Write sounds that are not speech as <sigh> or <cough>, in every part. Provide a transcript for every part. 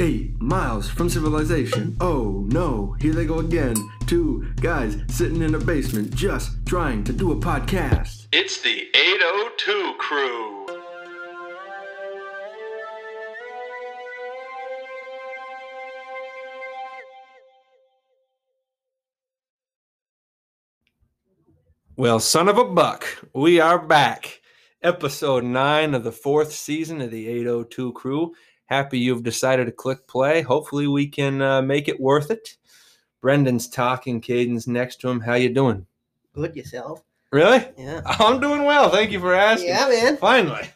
Eight miles from civilization. Oh no, here they go again. Two guys sitting in a basement just trying to do a podcast. It's the 802 crew. Well, son of a buck, we are back. Episode 9 of the fourth season of the 802 crew. Happy you've decided to click play. Hopefully we can uh, make it worth it. Brendan's talking, Caden's next to him. How you doing? good yourself. Really? Yeah. I'm doing well. Thank you for asking. Yeah, man. Finally.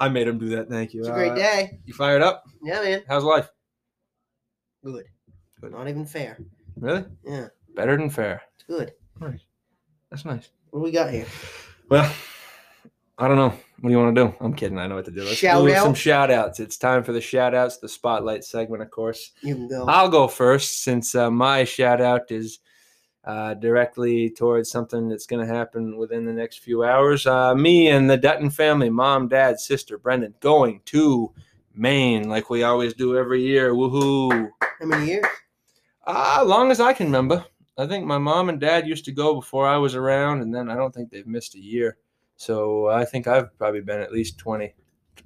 I made him do that. Thank you. It's a great Uh, day. You fired up? Yeah, man. How's life? Good. Good. Not even fair. Really? Yeah, Better than fair. it's good. Nice. That's nice. What do we got here? Well, I don't know. What do you want to do? I'm kidding. I know what to do. Let's Shout do some out? shout outs. It's time for the shout outs, the spotlight segment, of course. You can go. I'll go first since uh, my shout out is uh, directly towards something that's going to happen within the next few hours. Uh, me and the Dutton family, mom, dad, sister, Brendan, going to Maine like we always do every year. Woohoo! How many years? Uh, long as I can remember. I think my mom and dad used to go before I was around, and then I don't think they've missed a year. So I think I've probably been at least 20.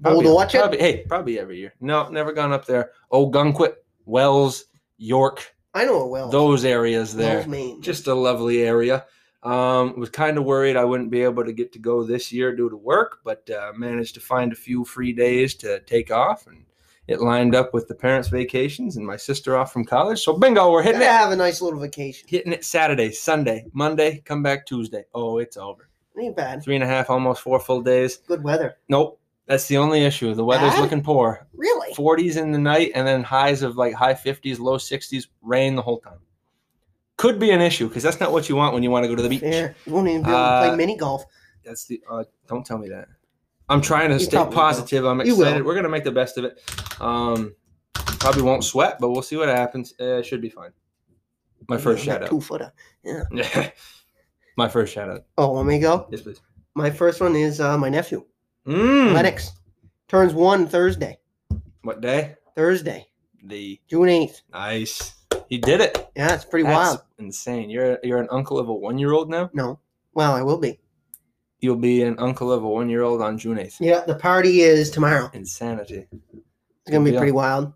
Probably, to watch it? probably, Hey, probably every year. No, never gone up there. Ogunquit, Wells, York, I know it well. those areas there. Those Maine. Just a lovely area. Um, was kind of worried I wouldn't be able to get to go this year due to work, but uh, managed to find a few free days to take off, and it lined up with the parents' vacations and my sister off from college. So bingo, we're hitting gotta it have a nice little vacation. hitting it Saturday, Sunday, Monday, come back Tuesday. Oh, it's over. Ain't bad. Three and a half, almost four full days. Good weather. Nope. That's the only issue. The weather's Bad? looking poor. Really? 40s in the night and then highs of like high 50s, low 60s, rain the whole time. Could be an issue because that's not what you want when you want to go to the beach. Fair. You won't even be able to Uh, play mini golf. That's the. Uh, don't tell me that. I'm trying to You stay probably will. positive. I'm You will. excited. We're gonna make the best of it. Um, probably won't sweat, but we'll see what happens. Uh, it should be fine. My first shout out. Two footer. <laughs> My first shout out. Oh, let me to go. Yes, please. My first one is uh, my nephew, Mm. Lennox. Turns one Thursday. What day? Thursday, The June 8th. ice. He did it. Yeah, it's pretty That's wild. insane. You're you're an uncle of a one year old now. No. Well, I will be. You'll be an uncle of a one year old on June eighth. Yeah, the party is tomorrow. Insanity. It's gonna be Yeah. pretty wild.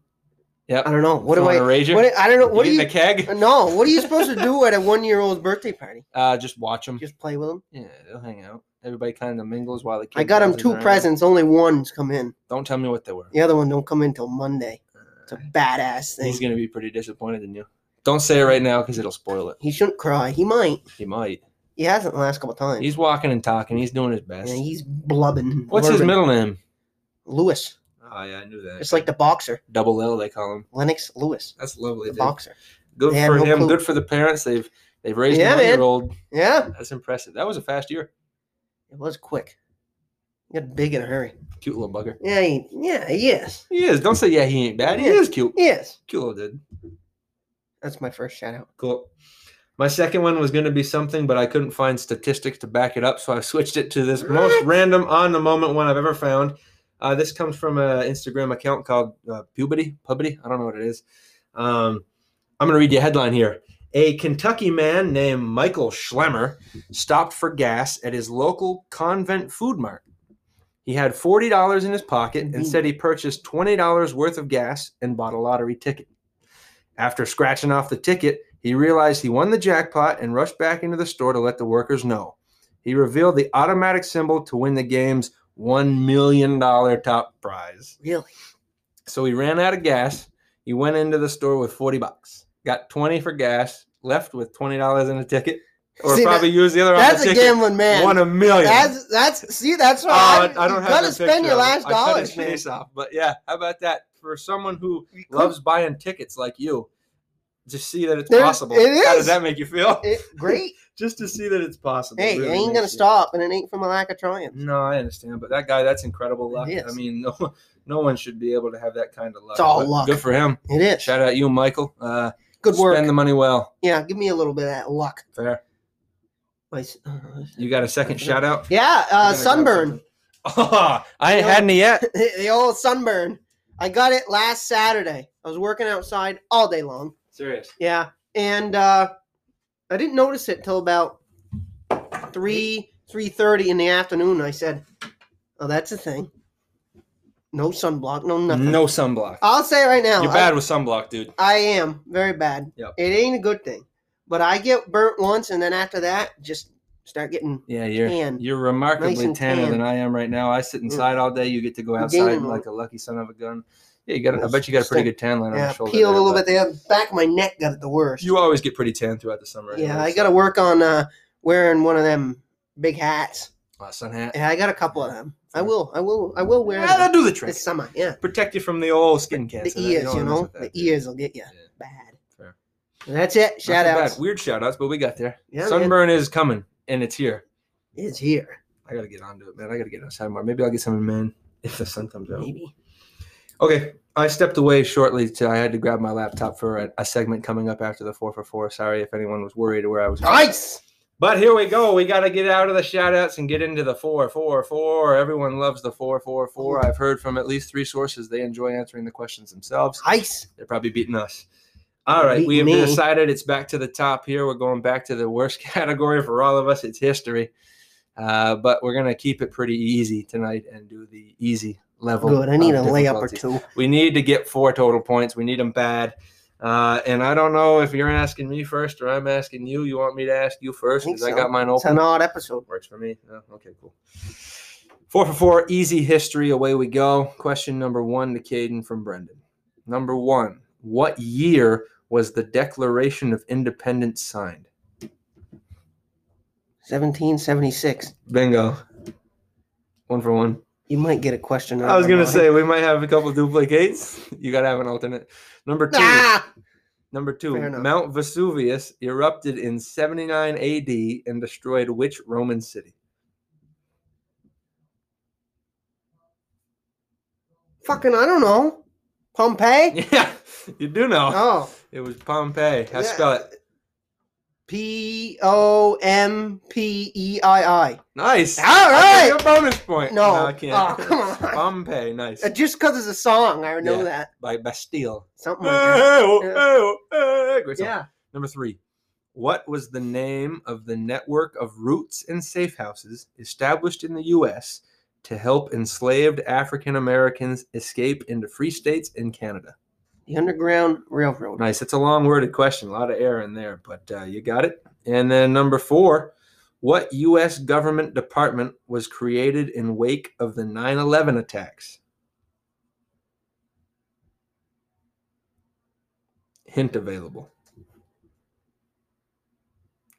Yep. I don't know. What you do want I? a rager? What, I don't know. You What do eating you? a keg? <laughs> No. What are you supposed to <laughs> do at a one-year-old's birthday party? Uh, just watch them. Just play with them. Yeah, they'll hang out. Everybody kind of mingles while the kid I got him buzzes two around. presents. Only one's come in. Don't tell me what they were. The other one don't come in till Monday. It's a badass thing. He's gonna be pretty disappointed in you. Don't say it right now because it'll spoil it. He shouldn't cry. He might. He might. He hasn't the last couple times. He's walking and talking. He's doing his best. Yeah, he's blubbing. and What's his blurbing. middle name? Lewis. Oh yeah, I knew that. It's like the boxer, double L. They call him. Lennox Lewis, That's lovely. the dude. boxer. Good They had for no him. clue. Good for the parents. They've they've raised Yeah, a man. year old. Yeah, That's impressive. That was a fast year. it was quick. He got big in a hurry. Cute little bugger. Yeah, he, yeah, yes, He is. Don't say yeah, he ain't bad. He Yeah. is cute. yes. Cute little dude. That's my first shout out. Cool. My second one was going to be something, but I couldn't find statistics to back it up, so I switched it to this most What? random on the moment one I've ever found. Uh, this comes from an Instagram account called uh, Puberty. Puberty. I don't know what it is. Um, I'm going to read you a headline here. A Kentucky man named Michael Schlemmer stopped for gas at his local convent food mart. He had $40 in his pocket and said he purchased $20 worth of gas and bought a lottery ticket. After scratching off the ticket, he realized he won the jackpot and rushed back into the store to let the workers know. He revealed the automatic symbol to win the game's $1 million top prize. Really? So he ran out of gas. He went into the store with 40 bucks, got 20 for gas, left with $20 in a ticket, or See, probably used the other on the That's a ticket. gambling man. Won a million. That's that's see that's Oh, what I, I don't you have gotta the spend picture your of it. last I cut dollars, his man. face off. But yeah, how about that for someone who You could- loves buying tickets like you? Just see that it's There's- possible. it How is. does that make you feel? <laughs> it, great. Just to see that it's possible. Hey, really Mm. it ain't makes gonna you- stop, and it ain't from a lack of trying. No, I understand, but that guy, that's incredible luck. It I is. mean, <laughs> no, no one should be able to have that kind of luck. It's all but luck. Good for him. It is Shout out you, Michael. Uh, good work. Spend the money well. yeah, give me a little bit of that luck. Fair. My s- uh, You got a second shout out? yeah, uh, sunburn. <laughs> <laughs> Oh, I ain't had any yet. the old sunburn. I got it last Saturday. I was working outside all day long. Serious. Yeah, and uh, I didn't notice it till about three three thirty in the afternoon. I said, "Oh, that's a thing. No sunblock, no nothing." No sunblock. I'll say it right now, You're bad with sunblock, dude. I, I am very bad. Yep. It ain't a good thing, but I get burnt once, and then after that, just start getting Yeah, you're Tan. you're remarkably Nice and tanner tan. than I am right now. I sit inside all day. You get to go outside Gingham. like a lucky son of a gun. Yeah, you got. I bet you got a pretty good tan line on yeah, your shoulder. peeled there, a little but bit. there. back of my neck got it the worst. You always get pretty tan throughout the summer. yeah, anyway, I so- got to work on uh, wearing one of them big hats. Uh, sun hat. Yeah, I got a couple of them. I will, I will, I will wear Yeah, them that'll do the trick. this summer. Yeah. Protect you from the old skin cancer. the that- ears, don't you wanna mess know, with the that. ears will get you Yeah. bad. Fair. And that's it. Not Shout so bad. outs. Weird shout outs, but we got there. Yeah, man. Sunburn is coming, and it's here. It's here. I gotta get onto it, man. I gotta get outside more. Maybe I'll get some man if the sun comes out. Maybe. Okay, I stepped away shortly. To, I had to grab my laptop for a, a segment coming up after the four for four. Sorry if anyone was worried where I was. Nice. But here we go. We got to get out of the shout outs and get into the 444. Everyone loves the 444. I've heard from at least three sources they enjoy answering the questions themselves. Nice. They're probably beating us. All right, we have Beating me. decided it's back to the top here. We're going back to the worst <laughs> category for all of us. It's history. Uh, but we're going to keep it pretty easy tonight and do the easy level. Good. I need a of layup or difficulty. two. We need to get four total points. We need them bad. Uh, and I don't know if you're asking me first or I'm asking you. You want me to ask you first think because I so. got mine It's open. an odd episode. Works for me. Oh, okay, cool. Four for four, easy history. Away we go. Question number one to Caden from Brendan. Number one, what year was the Declaration of Independence signed? 1776. Bingo. One for one. You might get a question. I was out of gonna my say we might have a couple duplicates. <laughs> You gotta have an alternate. Number two. Ah! Number two, Fair enough. Mount Vesuvius erupted in 79 AD and destroyed which Roman city? <laughs> Fucking, I don't know. Pompeii? Yeah, you do know. Oh. It was Pompeii. How Yeah. spell it? P O M P E I I. Nice. All I right. give you a bonus point. No. I can't. Oh, come <laughs> on. Pompeii, nice. Uh, Just because it's a song, I know Yeah. that. By Bastille. Something like that. Oh, Yeah. oh, oh. <laughs> Great song. Yeah. Number three. What was the name of the network of roots and safe houses established in the U.S. to help enslaved African Americans escape into free states in Canada? The Underground Railroad. Nice. It's a long worded question, a lot of air in there, but uh, you got it. And then number four, what U.S. government department was created in wake of the 9 11 attacks? Hint available.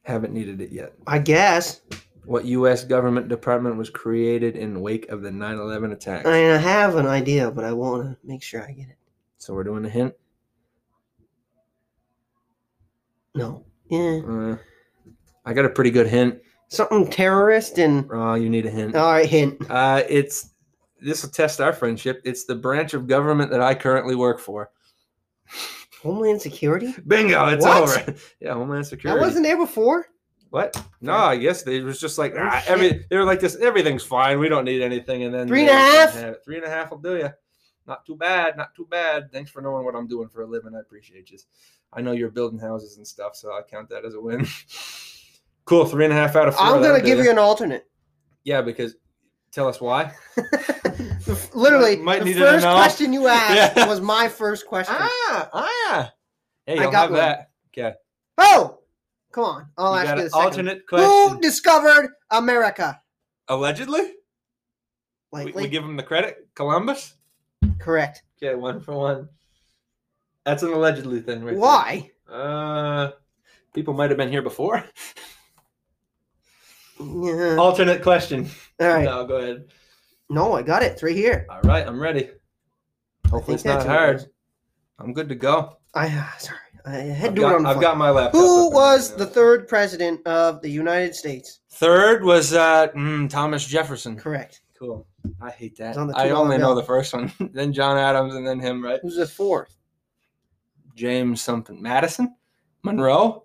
Haven't needed it yet. I guess. What U.S. government department was created in wake of the 9 11 attacks? I mean, I have an idea, but I want to make sure I get it. So we're doing a hint. No. Yeah. Uh, I got a pretty good hint. Something terrorist and. Uh, you need a hint. All right, hint. Uh, it's this will test our friendship. It's the branch of government that I currently work for. Homeland Security? Bingo, it's What? over. <laughs> yeah, Homeland I Security. wasn't there before. what? No, I guess they it was just like Oh, "Ah, shit." every they were like this. Everything's fine. We don't need anything. And then Three and they a didn't half? have it. Three and a half will do you. Not too bad. Not too bad. Thanks for knowing what I'm doing for a living. I appreciate you. I know you're building houses and stuff, so I count that as a win. <laughs> cool. Three and a half out of 4 I'm that'll going to do give ya. you an alternate. <laughs> Yeah, because tell us why. The f- Literally, Might the need it first now. <laughs> question you asked Yeah. was my first question. Ah, ah. Hey, I you'll have got one. that. Oh! Come on. I'll You ask got you an the second. alternate Who question. discovered America? Allegedly, we, Like, we give him the credit. Columbus. correct. Okay, one for one. That's an allegedly thing, right? there. Why? Uh, people might have been here before. Oh. Yeah. <laughs> All Alternate question. right. No, go ahead. No, I got it. It's right here. All right, I'm ready. Hopefully, it's not that's what it hard. was. I'm good to go. I uh, sorry. I had I've to do got, it on the I've fly. got my laptop. Who up and was running the now. third president of the United States? Third was uh, mm, Thomas Jefferson. Correct. Cool. I hate that. It's on the I $2 only know bill. the first one. <laughs> then John Adams, and then him, right? Who's the fourth? James something. Madison? Monroe?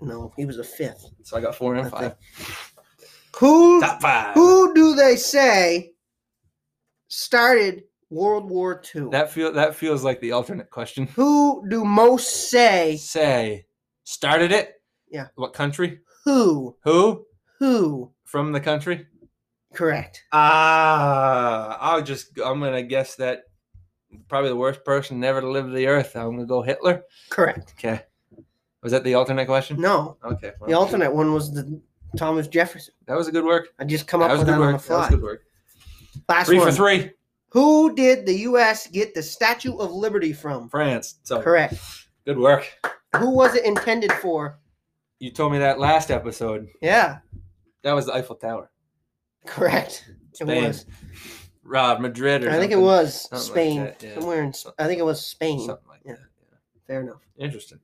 No, he was the fifth. So I got four and I five. Who Top five. who do they say started World War II. That feel that feels like the alternate question. Who do most say Say, started it. Yeah. What country? who? Who Who? from the country? Correct. Ah, I'll just. I'm gonna guess that probably the worst person never to live the earth. I'm gonna go Hitler. Correct. Okay. Was that the alternate question? No. Okay. The well, alternate one was the Thomas Jefferson. that was a good work. I just come That up was with good that on work. the That was fly. good work. Last Three one. for three. Who did the U.S. get the Statue of Liberty from? France. So Correct. good work. Who was it intended for? You told me that last episode. Yeah. That was the Eiffel Tower. Correct. It Spain. was. Rob Madrid or I think it something. was Something like Spain. that, yeah. Somewhere in. Sp- I think it was Spain. Something like Yeah. that. Fair enough. Interesting.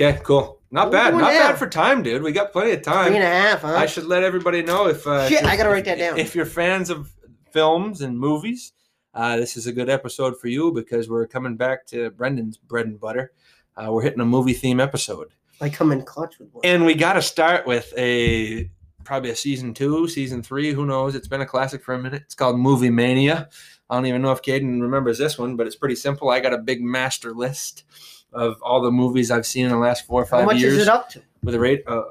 Okay, cool. Not Ooh, bad. Not yeah. bad for time, dude. We got plenty of time. Three and a half, huh? I should let everybody know if uh, Shit, if- I gotta write that down. If you're fans of films and movies, uh, this is a good episode for you because we're coming back to Brendan's bread and butter. Uh, we're hitting a movie theme episode, I come in clutch with one. and we got to start with a probably a season two, season three. Who knows? It's been a classic for a minute. It's called Movie Mania. I don't even know if Caden remembers this one, but it's pretty simple. I got a big master list of all the movies I've seen in the last four or five How much years is it up to? with a rate. Uh,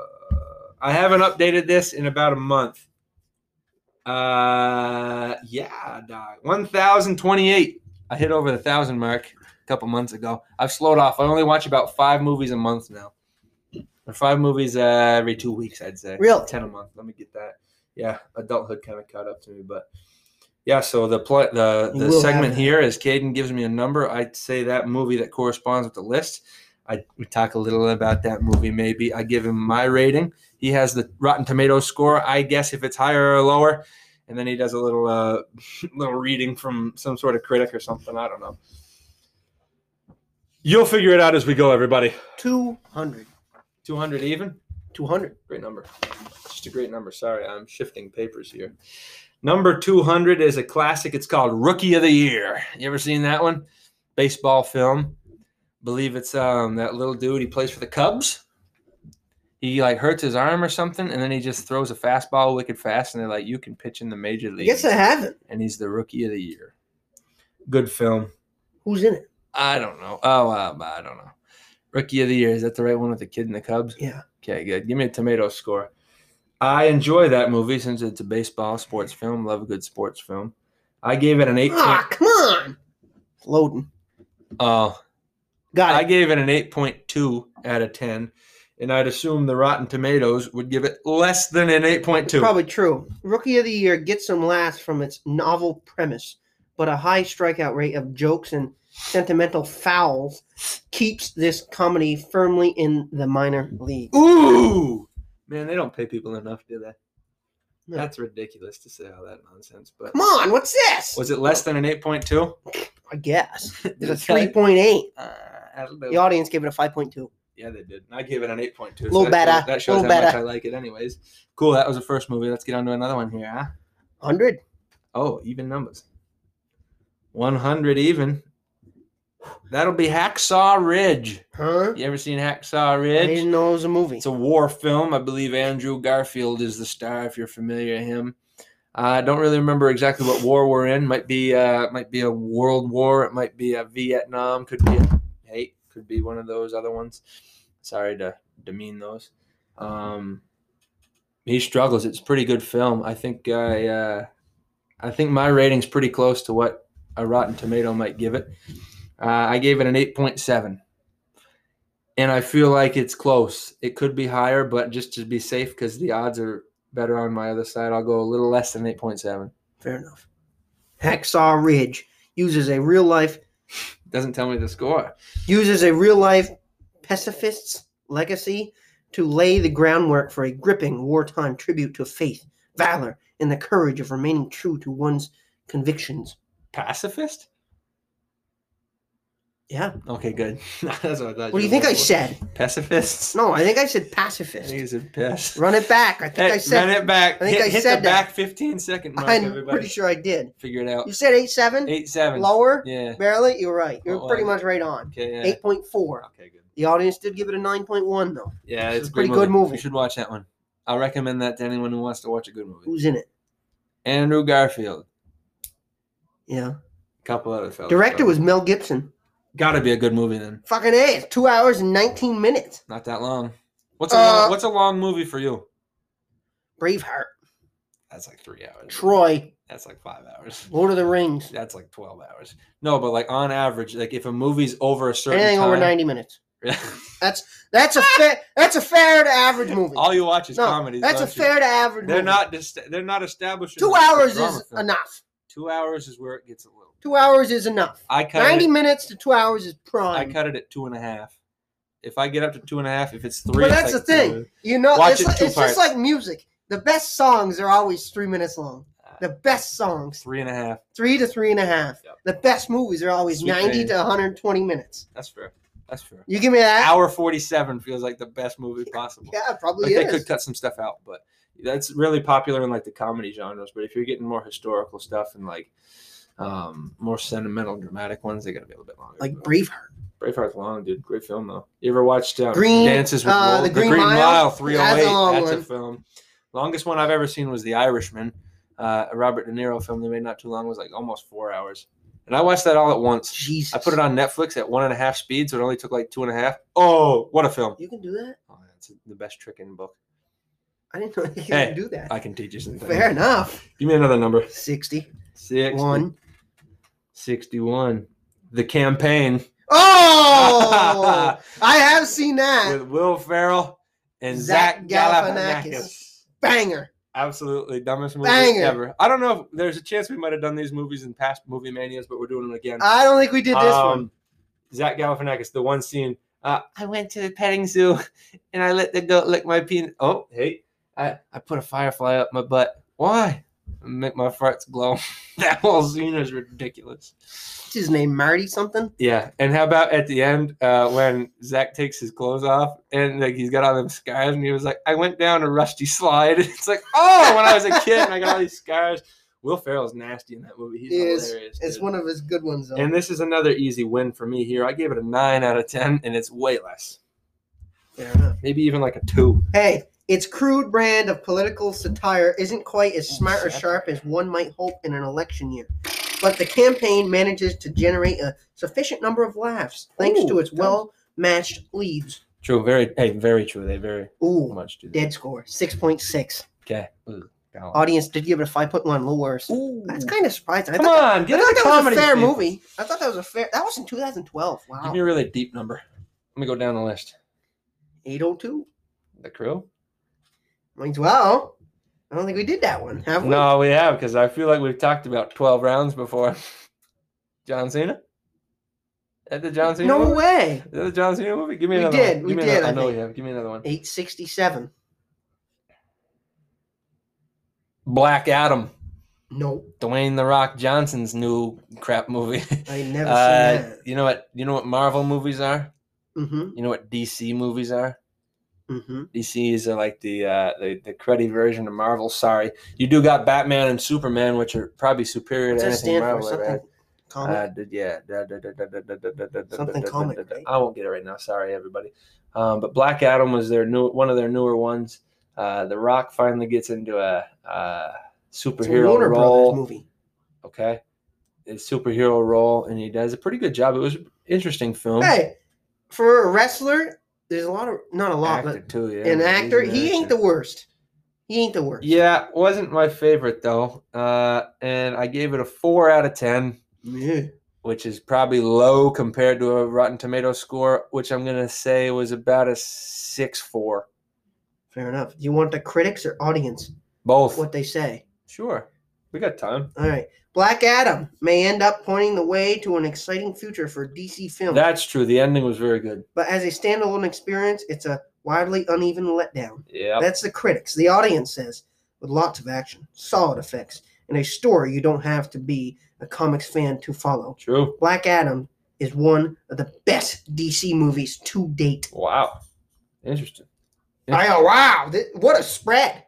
I haven't updated this in about a month. Uh, yeah, dog. One thousand twenty-eight. I hit over the thousand mark a couple months ago. I've slowed off. I only watch about five movies a month now, or five movies uh, every two weeks, I'd say. Really? ten a month. Let me get that. Yeah, adulthood kind of caught up to me, but yeah. So the pl- the You the will have segment it. here is Caden gives me a number. I say that movie that corresponds with the list. I we talk a little about that movie. Maybe I give him my rating. He has the Rotten Tomatoes score. I guess if it's higher or lower, and then he does a little uh, <laughs> little reading from some sort of critic or something. I don't know. You'll figure it out as we go, everybody. Two hundred. Two hundred even. Two hundred. Great number. Just a great number. Sorry, I'm shifting papers here. Number 200 is a classic. It's called Rookie of the Year. You ever seen that one? Baseball film. Believe it's um that little dude he plays for the Cubs. He like hurts his arm or something and then he just throws a fastball wicked fast and they're like you can pitch in the major I league. guess I haven't. and he's the Rookie of the Year. Good film. Who's in it? I don't know. Oh, uh, I don't know. Rookie of the year is that the right one with the kid in the Cubs? Yeah. Okay, good. Give me a tomato score. I enjoy that movie since it's a baseball sports film. Love a good sports film. I gave it an eight. Ah, Point, come on. It's loading. Ah! oh, I Got it. gave it an eight point two out of ten, and I'd assume the Rotten Tomatoes would give it less than an eight point two. Probably true. Rookie of the Year gets some laughs from its novel premise, but a high strikeout rate of jokes and sentimental fouls keeps this comedy firmly in the minor league. Ooh, man, they don't pay people enough, do they? No. That's ridiculous to say all that nonsense. But Come on, what's this? was it less than an eight point two? I guess. <laughs> <laughs> It's a 3.8. The audience gave it a 5.2. Yeah, they did. And I gave it an 8.2. Little that better, Shows, that shows little how much better. I like it, anyways. Cool. That was the first movie. Let's get on to another one here. Huh? 100. Oh, even numbers. 100 even. That'll be Hacksaw Ridge. Huh? You ever seen Hacksaw I Ridge? didn't know it was a movie. It's a war film. I believe Andrew Garfield is the star. If you're familiar with him, I don't really remember exactly what war we're in. Might be uh, might be a world war. It might be a Vietnam. Could be a, hey, could be one of those other ones. Sorry to demean those. Um, he struggles. It's a pretty good film. I think I uh, I think my rating's pretty close to what a Rotten Tomato might give it. Uh, I gave it an eight point seven and I feel like it's close. It could be higher, but just to be safe, because the odds are better on my other side, I'll go a little less than eight point seven. Fair enough. Hacksaw Ridge uses a real life Doesn't tell me the score. uses a real life pacifist's legacy to lay the groundwork for a gripping wartime tribute to faith, valor, and the courage of remaining true to one's convictions. Pacifist? Yeah. Okay, good. <laughs> That's what I thought. What do you were think I going for. said? Pacifists. No, I think I <laughs> said I think pacifist. it's a piss. Run it back. I think I Hey, run said. it back. I think hit, I hit said the that. back fifteen second mark. <laughs> I'm everybody, pretty sure I did. figure it out. You said eight seven. Eight seven. Lower? Yeah. Barely. You're right. You're What pretty was much right on. Okay. Yeah. Eight point four. Okay. Good. The audience did give it a nine point one though. Yeah, This it's is a pretty pretty good movie. You should watch that one. I recommend that to anyone who wants to watch a good movie. Who's in it? Andrew Garfield. Yeah. couple other fellas. Director but- was Mel Gibson. gotta be a good movie then. Fucking A. It's two hours and 19 minutes. Not that long. What's a Uh, long, what's a long movie for you? Braveheart. That's like three hours. Troy. That's like five hours. <laughs> Lord of the Rings. That's like twelve hours. No, but like on average, like if a movie's over a certain Anything time, over 90 minutes. That's a fair. That's a fair to average movie. <laughs> all you watch is no, comedies. that's a don't you? fair to average. They're movie. not. Dis- they're not establishing. Two like a hours drama is film. enough. Two hours is where it gets a little. Two hours is enough. I cut Ninety it. minutes to two hours is I prime. cut it at two and a half. If I get up to two and a half, if it's three, but it's that's like the thing. two. You know, Watch it's, it like, two it's just parts. like music. The best songs are always three minutes long. The best songs, Three and a half. three to three and a half. Yep. The best movies are always Sweet ninety baby. to one hundred twenty minutes. That's fair. That's fair. You give me that? Hour forty-seven feels like the best movie possible. Yeah, it like probably they is. could cut some stuff out, but that's really popular in like the comedy genres. But if you're getting more historical stuff and like um more sentimental, dramatic ones, they gotta be a little bit longer. like But Braveheart. Braveheart's long, dude. Great film though. You ever watched uh, Green- Dances with uh, Wolves? The Green Mile? That's a Three hundred eight. long That's, a one. film. Longest one I've ever seen was The Irishman, uh, a Robert De Niro film they made not too long. It was like almost four hours, and I watched that all at once. Jesus, I put it on Netflix at one and a half speed, so it only took like two and a half. Oh, what a film! You can do that. Oh, that's the best trick in the book. I didn't know you could Hey, do that. I can teach you something. Fair enough. Give me another number. Sixty Six. one. 61. The Campaign. <laughs> Oh, I have seen that with Will Ferrell and Zach Zach, Galifianakis. Galifianakis. banger. Absolutely dumbest movie Banger. ever. I don't know if there's a chance we might have done these movies in past movie manias, but we're doing them again. I don't think we did this one. Um, Zach Galifianakis, the one scene. Uh, I went to the petting zoo <laughs> and I let the goat lick my penis. Oh, hey. I, I put a firefly up my butt. Why? Make my farts glow. <laughs> that whole scene is ridiculous. What's his name? Marty something? Yeah, and how about at the end uh, when Zach takes his clothes off and like he's got all them scars and he was like, "I went down a rusty slide." <laughs> It's like, oh, when I was a kid and I got all these scars. Will Ferrell's nasty in that movie. He's He is. hilarious. It's dude. one of his good ones though. and this is another easy win for me here. I gave it a nine out of ten, and it's way less. Fair enough. Maybe even like a two. Hey, its crude brand of political satire isn't quite as smart or Satire. sharp as one might hope in an election year. But the campaign manages to generate a sufficient number of laughs thanks Ooh, to its does. well matched leads. True. Very. Hey, very true. They very Ooh, much do. that. dead score 6.6. Okay. Ooh, got one. Audience did give it a 5.1, a little worse. Ooh. That's kind of surprising. I Come thought, on, I get thought it a that was a comedy fair thing. movie. I thought that was a fair. That was in 2012. Give Wow. me a really deep number. Let me go down the list. 802. The crew. Might as well. I don't think we did that one, have we? No, we have because I feel like we've talked about twelve rounds before. <laughs> John Cena. At the John Cena. No movie? way. Is that the John Cena movie? Give me We another. did, One. we Give me did, Another, I I know think. you have. Give me another one. 867. Black Adam. Nope. Dwayne the Rock Johnson's new crap movie. I <laughs> never seen Uh, that. you know what? You know what Marvel movies are. Mm-hmm. You know what DC movies are. Mm-hmm. DCs are like the uh, the the cruddy version of Marvel. Sorry, you do got Batman and Superman, which are probably superior Does to that anything stand for Marvel. ever had. something? Comic? Uh, d- yeah. da- da- da- da- da- da- da- da- da- da- Something da- da- comic, da- da- right? I won't get it right now. Sorry, everybody. Um, but Black Adam was their new one of their newer ones. Uh, the Rock finally gets into a uh, it's a superhero Warner Brothers role. movie. Okay, a superhero role, and he does a pretty good job. It was an interesting film. Hey, for a wrestler, there's a lot of not a lot, actor too. Yeah, but an He's actor, he ain't actor. the worst. He ain't the worst. Yeah, wasn't my favorite though, uh, and I gave it a four out of ten. Yeah. which is probably low compared to a Rotten Tomato score, which I'm gonna say was about a six four. Fair enough. You want the critics or audience? Both. What they say. Sure. We got time. All right. Black Adam may end up pointing the way to an exciting future for DC films, That's true. The ending was very good. but as a standalone experience, it's a wildly uneven letdown. Yeah. That's the critics. The audience says, with lots of action, solid effects, and a story you don't have to be a comics fan to follow. True. Black Adam is one of the best DC movies to date. Wow. Interesting. I oh, wow, th- what a spread!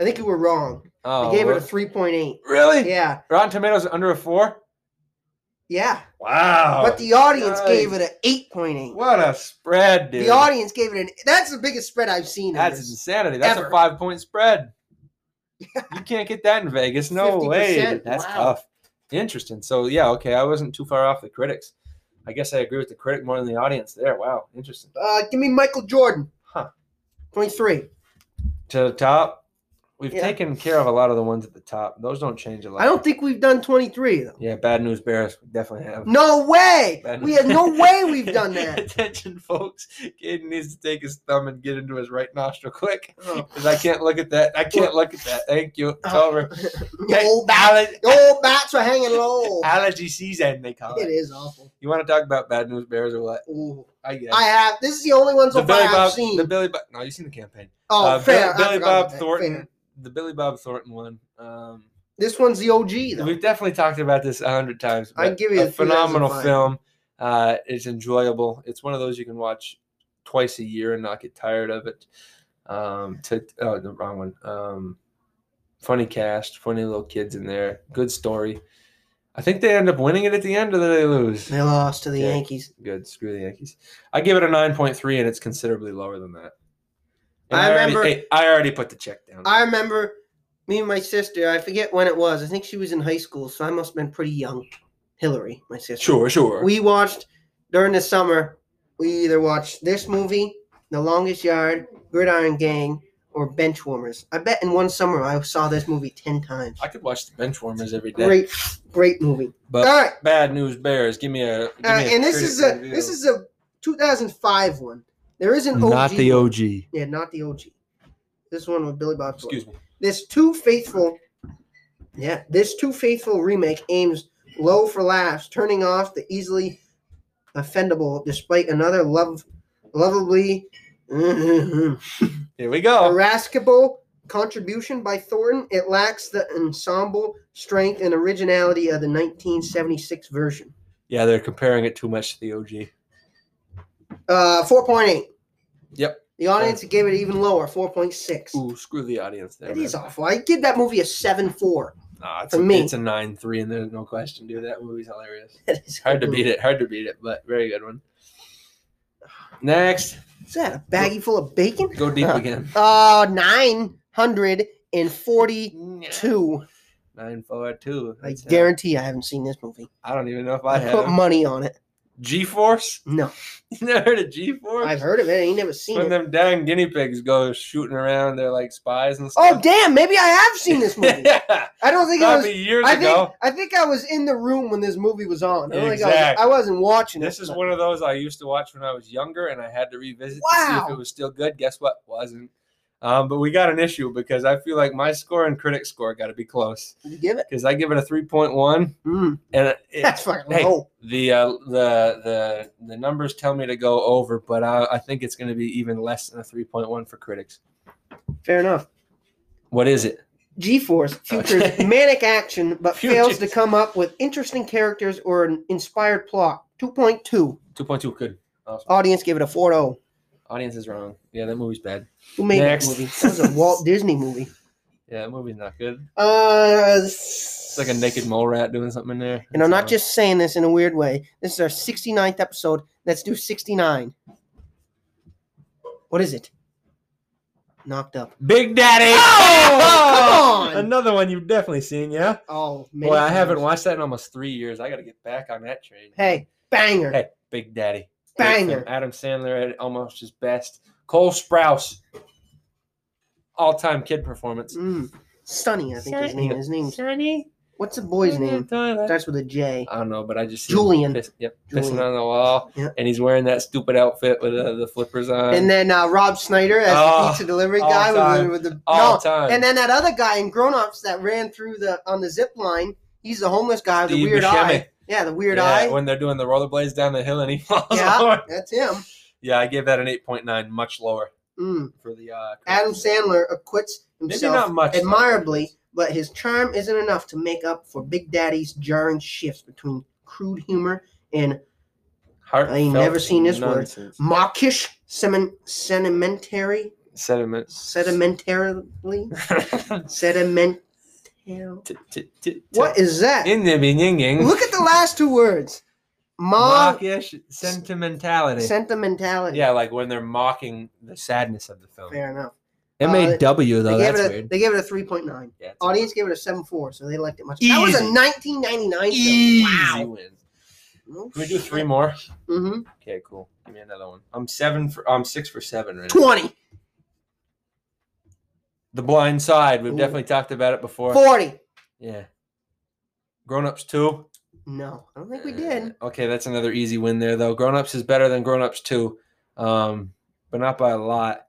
I think you were wrong. Oh, I gave it a well- three point eight. Oh, really? Yeah, Rotten Tomatoes under a four? yeah. Wow. But the audience Oh, nice. gave it an eight point eight. what a spread, dude. The audience gave it an. That's the biggest spread I've seen. in That's this. insanity. That's Ever. a five <laughs> point spread. you can't get that in Vegas. No way. 50%. That's Wow. tough. Interesting. So yeah, okay, I wasn't too far off the critics. I guess I agree with the critic more than the audience there. Wow, interesting. Uh, give me Michael Jordan. Huh. 23. To the top, we've Yeah. taken care of a lot of the ones at the top. Those don't change a lot. I don't think we've done 23, though. Yeah, bad news bears we definitely have. No way! Bad We news- <laughs> had no way we've done that. Attention, folks! Caden needs to take his thumb and get into his right nostril quick, Oh. because I can't look at that. I can't look at that. Thank you. It's over. The old, bat, Aller- the old bats are hanging low. allergy season, they call It it. is awful. You want to talk about bad news bears or what? Ooh. I guess. I have. This is the only one so the far Billy I've Bob, seen. the Billy Bob. No, you've seen the campaign. oh, Uh, Bill- fair. I Billy forgot Bob about that. Thornton, Fair. the Billy Bob Thornton one. Um, This one's the OG, though. we've definitely talked about this a hundred times. I but give you a a phenomenal 2005. film. Uh, it's enjoyable. It's one of those you can watch twice a year and not get tired of it. Um, to oh, the wrong one. Um, funny cast, funny little kids in there. Good story. I think they end up winning it at the end, or do they lose? They lost to the Yeah. Yankees. Good. Screw the Yankees. I give it a nine point three, and it's considerably lower than that. And I already- remember- hey, I already put the check down. I remember me and my sister, I forget when it was. I think she was in high school, so I must have been pretty young. Hillary, my sister. sure, sure. We watched during the summer, we either watched this movie, The Longest Yard, Gridiron Gang, or Benchwarmers. I bet in one summer I saw this movie 10 times. I could watch the Benchwarmers every day. Great, great movie. But All right. Bad News Bears, give me a. Give Uh, me a and this is a critic this review. is a 2005 one. There is an OG. one. OG. Yeah, not the OG. This one with Billy Bob Thornton. Excuse me. This too faithful. Yeah, this too faithful remake aims low for laughs, turning off the easily offendable, despite another love, <laughs> lovably, Here we go. irascible contribution by Thornton. It lacks the ensemble strength and originality of the 1976 version. Yeah, they're comparing it too much to the OG. Uh, four point eight. Yep. The audience gave it even lower, four point six. Ooh, screw the audience there. That man. is awful. I give that movie a seven four. <laughs> Nah, it's for a, me. It's a nine three, and there's no question, dude. That movie's hilarious. That is Hard to beat it. Hard to beat it, but very good one. Next, Is that a baggie full of bacon? go <sighs> deep again. Uh, nine hundred and forty-two. Nine four two. I That's it. guarantee I haven't seen this movie. I don't even know if I, I put have. money on it. G Force. No, <laughs> You never heard of G Force? I've heard of it. I ain't never seen When it. them damn guinea pigs go shooting around, they're like spies and Oh stuff. damn! Maybe I have seen this movie. <laughs> yeah, I don't think I that'd was. be years I think ago. I think I was in the room when this movie was on. I don't think I, was, Exact. I wasn't watching This it, is but- one of those I used to watch when I was younger, and I had to revisit to see Wow. if it was still good. Guess what? Wasn't. Um, but we got an issue because I feel like my score and critic score got to be close Did you give it. because I give it a three point one, Mm, and it, <laughs> that's fucking Hmm. hey, low. the uh, the the the numbers tell me to go over, but I, I think it's going to be even less than a three point one for critics. Fair enough. What is it? G-force features <laughs> Okay. manic action, but fails to Futures. come up with interesting characters or an inspired plot. 2.2. Two point two. Good. Audience gave it a oh. 4.0. Audience is wrong. Yeah, that movie's bad. Who made Next. that movie? That was a <laughs> Walt Disney movie. Yeah, that movie's not good. Uh, It's like a naked mole rat doing something in there. And I'm not It's, uh, just saying this in a weird way. This is our 69th episode. Let's do 69. What is it? Knocked up. Big Daddy. <laughs> Oh, come on. Another one you've definitely seen, yeah. Oh, man. Boy, I haven't watched that in almost three years. I got to get back on that train. Hey, banger. Hey, Big Daddy. Great film. banger. Adam Sandler at almost his best. Cole Sprouse, all-time kid performance. Mm. Sonny, I think his Sonny. name. His name's. Sonny, What's the boy's name? I Starts with a J. don't know, but I just see Julian. Him piss, yep, Julian. pissing on the wall, Yep. and he's wearing that stupid outfit with uh, the flippers on. And then uh, Rob Snyder as the Oh, pizza delivery all guy with, time. with the all no. time. And then that other guy in Grown Ups that ran through the on the zip line. He's the homeless guy with the Steve weird Buscemi. eye. Yeah, the weird Yeah, eye. when they're doing the rollerblades down the hill, and he <laughs> falls Yeah. over. That's him. Yeah, I gave that an 8.9, much lower Mm. for the uh, Adam critics. Sandler acquits Maybe himself not much. though. admirably, but his charm isn't enough to make up for Big Daddy's jarring shifts between crude humor and Heartfelt I ain't never seen this word. nonsense. mawkish semen, sedimentary, Sediment. sedimentarily, sedimentary. <laughs> T- t- t- What t- is that? in the beginning? Look at the last two words. Mock mawkish sentimentality. sentimentality. Yeah, like when they're mocking the sadness of the film. Fair enough. M A W though. they gave That's it a, weird. They gave it a three point nine. Yeah, it's Audience gave it a seven four, so they liked it much. That was a Easy. nineteen ninety nine. easy Wow. wins. Can we do three more? Mm-hmm. Okay, cool. Give me another one. I'm seven for. I'm six for seven right now. Twenty. The Blind Side. We've Ooh. definitely talked about it before. Forty. Yeah. Grown Ups Two. No, I don't think we did. Uh, Okay, that's another easy win there though. Grown Ups is better than Grown Ups Two, um, but not by a lot.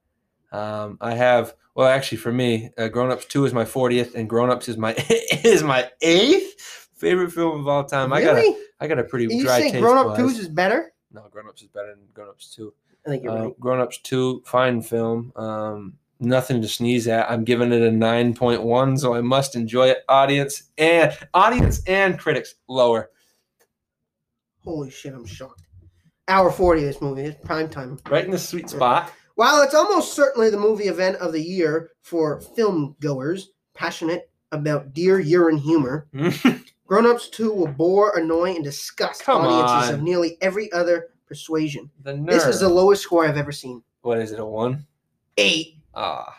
Um, I have well, actually, for me, uh, Grown Ups Two is my fortieth, and Grown Ups is my <laughs> is my eighth favorite film of all time. Um, I got a, really? I got a pretty you dry say taste. Grown Up buds. Twos is better? no, Grown Ups is better than Grown Ups Two. I think you're Uh, right. Grown Ups 2, fine film. Um, nothing to sneeze at. I'm giving it a 9.1, so I must enjoy it. Audience and audience and critics lower. Holy shit, I'm shocked. Hour forty. This movie is prime time. Right in the sweet spot. <laughs> While it's almost certainly the movie event of the year for film goers passionate about deer urine humor, Grown Ups 2 will bore, annoy, and disgust Come audiences on. of nearly every other persuasion. the nerve. This is the lowest score I've ever seen. what is it, a one? Eight. Ah.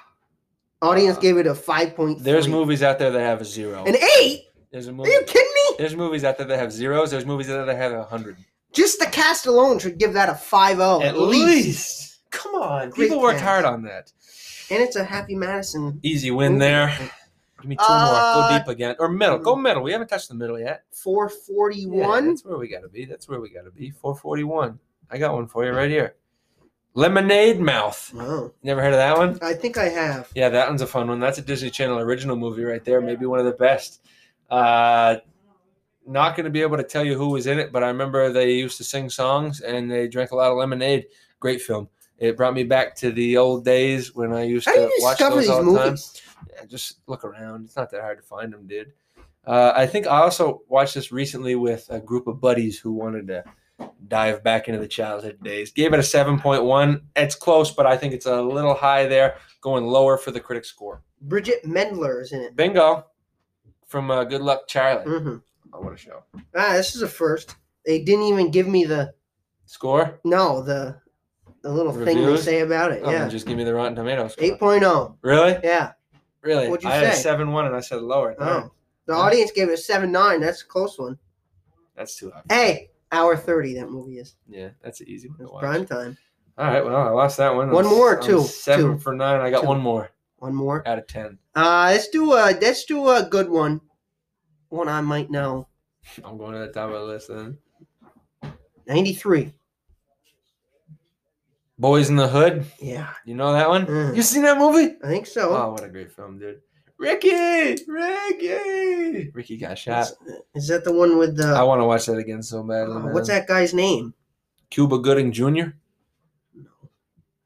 Audience Uh, gave it a 5.3. There's movies out there that have a zero. An eight? There's a Are movie. you kidding me? There's movies out there that have zeros. There's movies out there that have a hundred. Just the cast alone should give that a 5.0 at, least. Come on. Great People worked cast. hard on that. And it's a Happy Madison. Easy win there. Give me two more. Go Uh, deep again. Or middle. Go middle. We haven't touched the middle yet. Yeah, 441. that's where we gotta be. That's where we gotta be. 441. I got one for you right here. Lemonade Mouth. Wow. Never heard of that one? I think I have. Yeah, that one's a fun one. That's a Disney Channel original movie right there. Maybe one of the best. Uh, not gonna be able to tell you who was in it, but I remember they used to sing songs and they drank a lot of lemonade. Great film. It brought me back to the old days when I used How do to you watch discover those these all the time. movies? Yeah, just look around. It's not that hard to find them, dude. Uh, I think I also watched this recently with a group of buddies who wanted to dive back into the childhood days. Gave it a 7.1. It's close, but I think it's a little high there, going lower for the critic score. Bridget Mendler is in it. Bingo from uh, Good Luck Charlie. hmm I want to show. Ah, this is a first. They didn't even give me the Score? no the the little thing they Reviews? say about it. Oh, then yeah, just give me the Rotten Tomatoes. Score. 8.0. Really? Yeah. Really? What'd you I had say? a 7.1 and I said lower. Darn, Oh, the Yeah. audience gave it a seven nine. That's a close one. That's too high. Hey, hour thirty. That movie is Yeah, that's an easy one. To It's watch. prime time. All right, well, I lost that one. One I'm s- more or I'm two? Seven Two. for nine. I got Two. one more One more. out of ten. Uh, let's do a let's do a good one. One I might know. I'm going to the top of the list then. Ninety three. Boys in the Hood. Yeah, You know that one? Mm. You seen that movie? I think so. Oh, what a great film, dude. Ricky! Ricky! Ricky got shot. Is, is that the one with I the want to watch that again so badly. uh, what's man. that guy's name? Cuba Gooding Jr.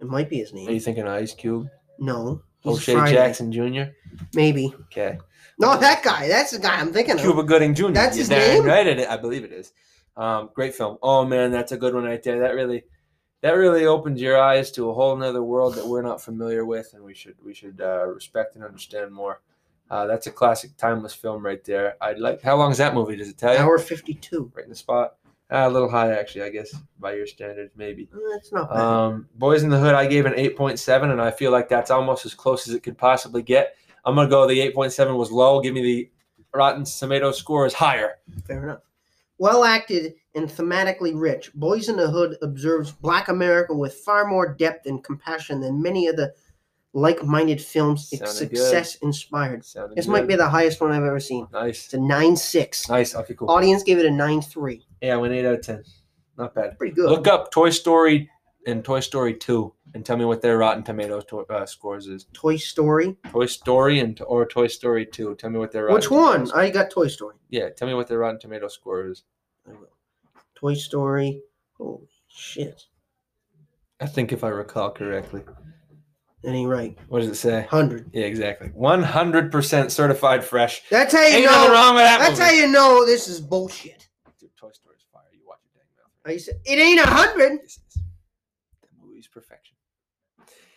It might be his Are you name. thinking of Ice Cube? No, he's O'Shea Friday. Jackson Jr. Maybe. Okay. No, that guy. That's the guy I'm thinking of. Cuba Gooding Jr. That's You're his damn name? Right, it, I believe it is. Um, great film. Oh man, that's a good one right there. That really, that really opens your eyes to a whole nother world that we're not familiar with, and we should we should uh, respect and understand more. Uh, that's a classic, timeless film right there. I'd like. How long is that movie? Does it tell you? Hour fifty two. Right in the spot. Uh, a little high, actually, I guess, by your standards, maybe. Uh, That's not bad. Um, Boys in the Hood, I gave an 8.7, and I feel like that's almost as close as it could possibly get. I'm going to go the 8.7 was low. Give me the Rotten Tomato score is higher. Fair enough. Well acted and thematically rich, Boys in the Hood observes Black America with far more depth and compassion than many of the like minded films its Sounded good. success inspired. Sounded This might be good. Oh. the highest one I've ever seen. It's nice. a 9 6. Nice. Okay, cool. Audience gave it a 9 3. Yeah, I went 8 out of 10. Not bad. Pretty good. Look up Toy Story and Toy Story 2 and tell me what their Rotten Tomato to- uh, scores is. Toy Story. Toy Story and or Toy Story 2. Tell me what their Rotten Which one? Tomatoes- I got Toy Story. Yeah, tell me what their Rotten Tomato score is. I will. Toy Story. Holy shit. I think if I recall correctly. That ain't right. What does it say? 100. Yeah, exactly. 100% certified fresh. That's how you Ain't nothing know. wrong with that That's movie. how you know this is bullshit. Dude, Toy Story's fire. You watch it, dang mouth. I said, it ain't a 100. Yes, it is. That movie's perfection.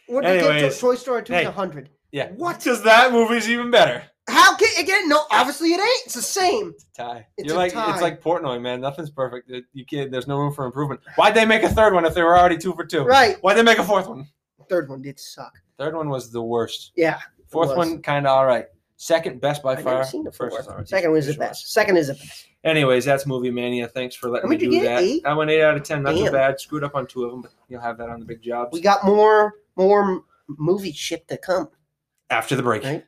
What did they get to Anyways, Toy Story 2 hey. to 100? Yeah. What? Because that movie's even better. How can again? No, obviously it ain't. It's the same. It's a tie. It's You're a like tie. it's like Portnoy, man. Nothing's perfect. It- You can't. There's no room for improvement. Why'd they make a third one if they were already two for two? Right. Why'd they make a fourth one? Third one did suck. Third one was the worst. Yeah, Fourth was. one, kind of all right. Second, best by I've far. never seen the First first. is all right. Second was the Just watch. best. Second is the best. Anyways, that's Movie Mania. Thanks for letting How me much do you get? that. Eight? I went eight out of ten. Not too Damn. bad. Screwed up on two of them, but you'll have that on the big jobs We got more more m- movie shit to come. after the break. Right.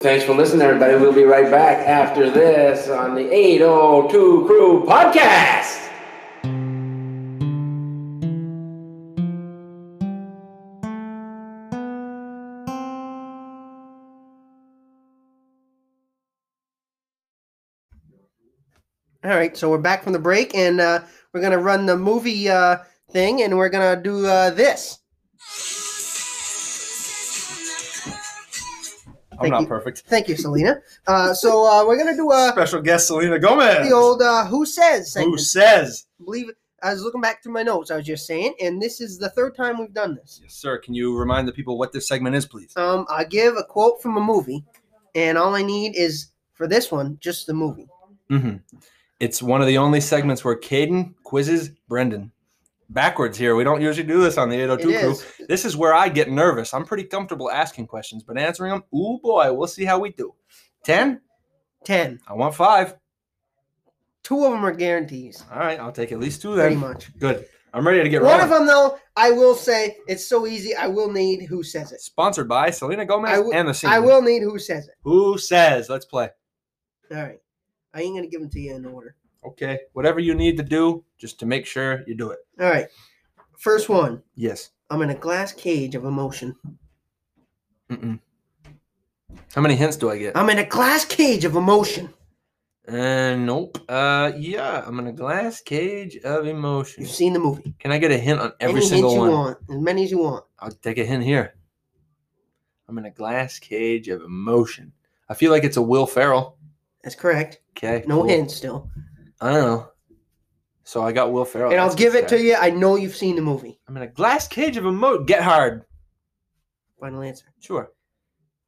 Thanks for listening, everybody. We'll be right back after this on the 802 Crew Podcast. All right, so we're back from the break, and uh, we're gonna run the movie uh, thing, and we're gonna do uh, this. I'm Thank not you. perfect. Thank you, Selena. Uh, so uh, we're gonna do uh, Special guest Selena Gomez. the old uh, "Who Says" Who segment. says? I believe I was looking back through my notes. I was just saying, and this is the third time we've done this. Yes, sir. Can you remind the people what this segment is, please? Um, I give a quote from a movie, and all I need is for this one just the movie. Mm-hmm. It's one of the only segments where Caden quizzes Brendan. Backwards here. We don't usually do this on the It 802 Oh, crew. is. This is where I get nervous. I'm pretty comfortable asking questions, but answering them, ooh boy, we'll see how we do. 10? ten. I want five. Two of them are guarantees, All right, I'll take at least two pretty then. much. Good. I'm ready to get One rolling. of them, though, I will say it's so easy. I will need who says it. Sponsored by Selena Gomez I will- and the scene. I will need who says it. Who says? Let's play. All right, I ain't gonna give them to you in order. Okay. Whatever you need to do, just to make sure you do it. All right, first one. Yes. I'm in a glass cage of emotion. Mm-mm. How many hints do I get? I'm in a glass cage of emotion. Uh, nope. Uh, yeah, I'm in a glass cage of You've emotions. seen the movie. Can I get a hint on every Any single hints one? you want, as many as you want. I'll take a hint here. I'm in a glass cage of emotion. I feel like it's a Will Ferrell. That's correct. Okay. No cool. hints still. I don't know. So I got Will Ferrell. and I'll give it to you. I know you've seen the movie. I'm in a glass cage of emotion. Get hard. Final answer. Sure.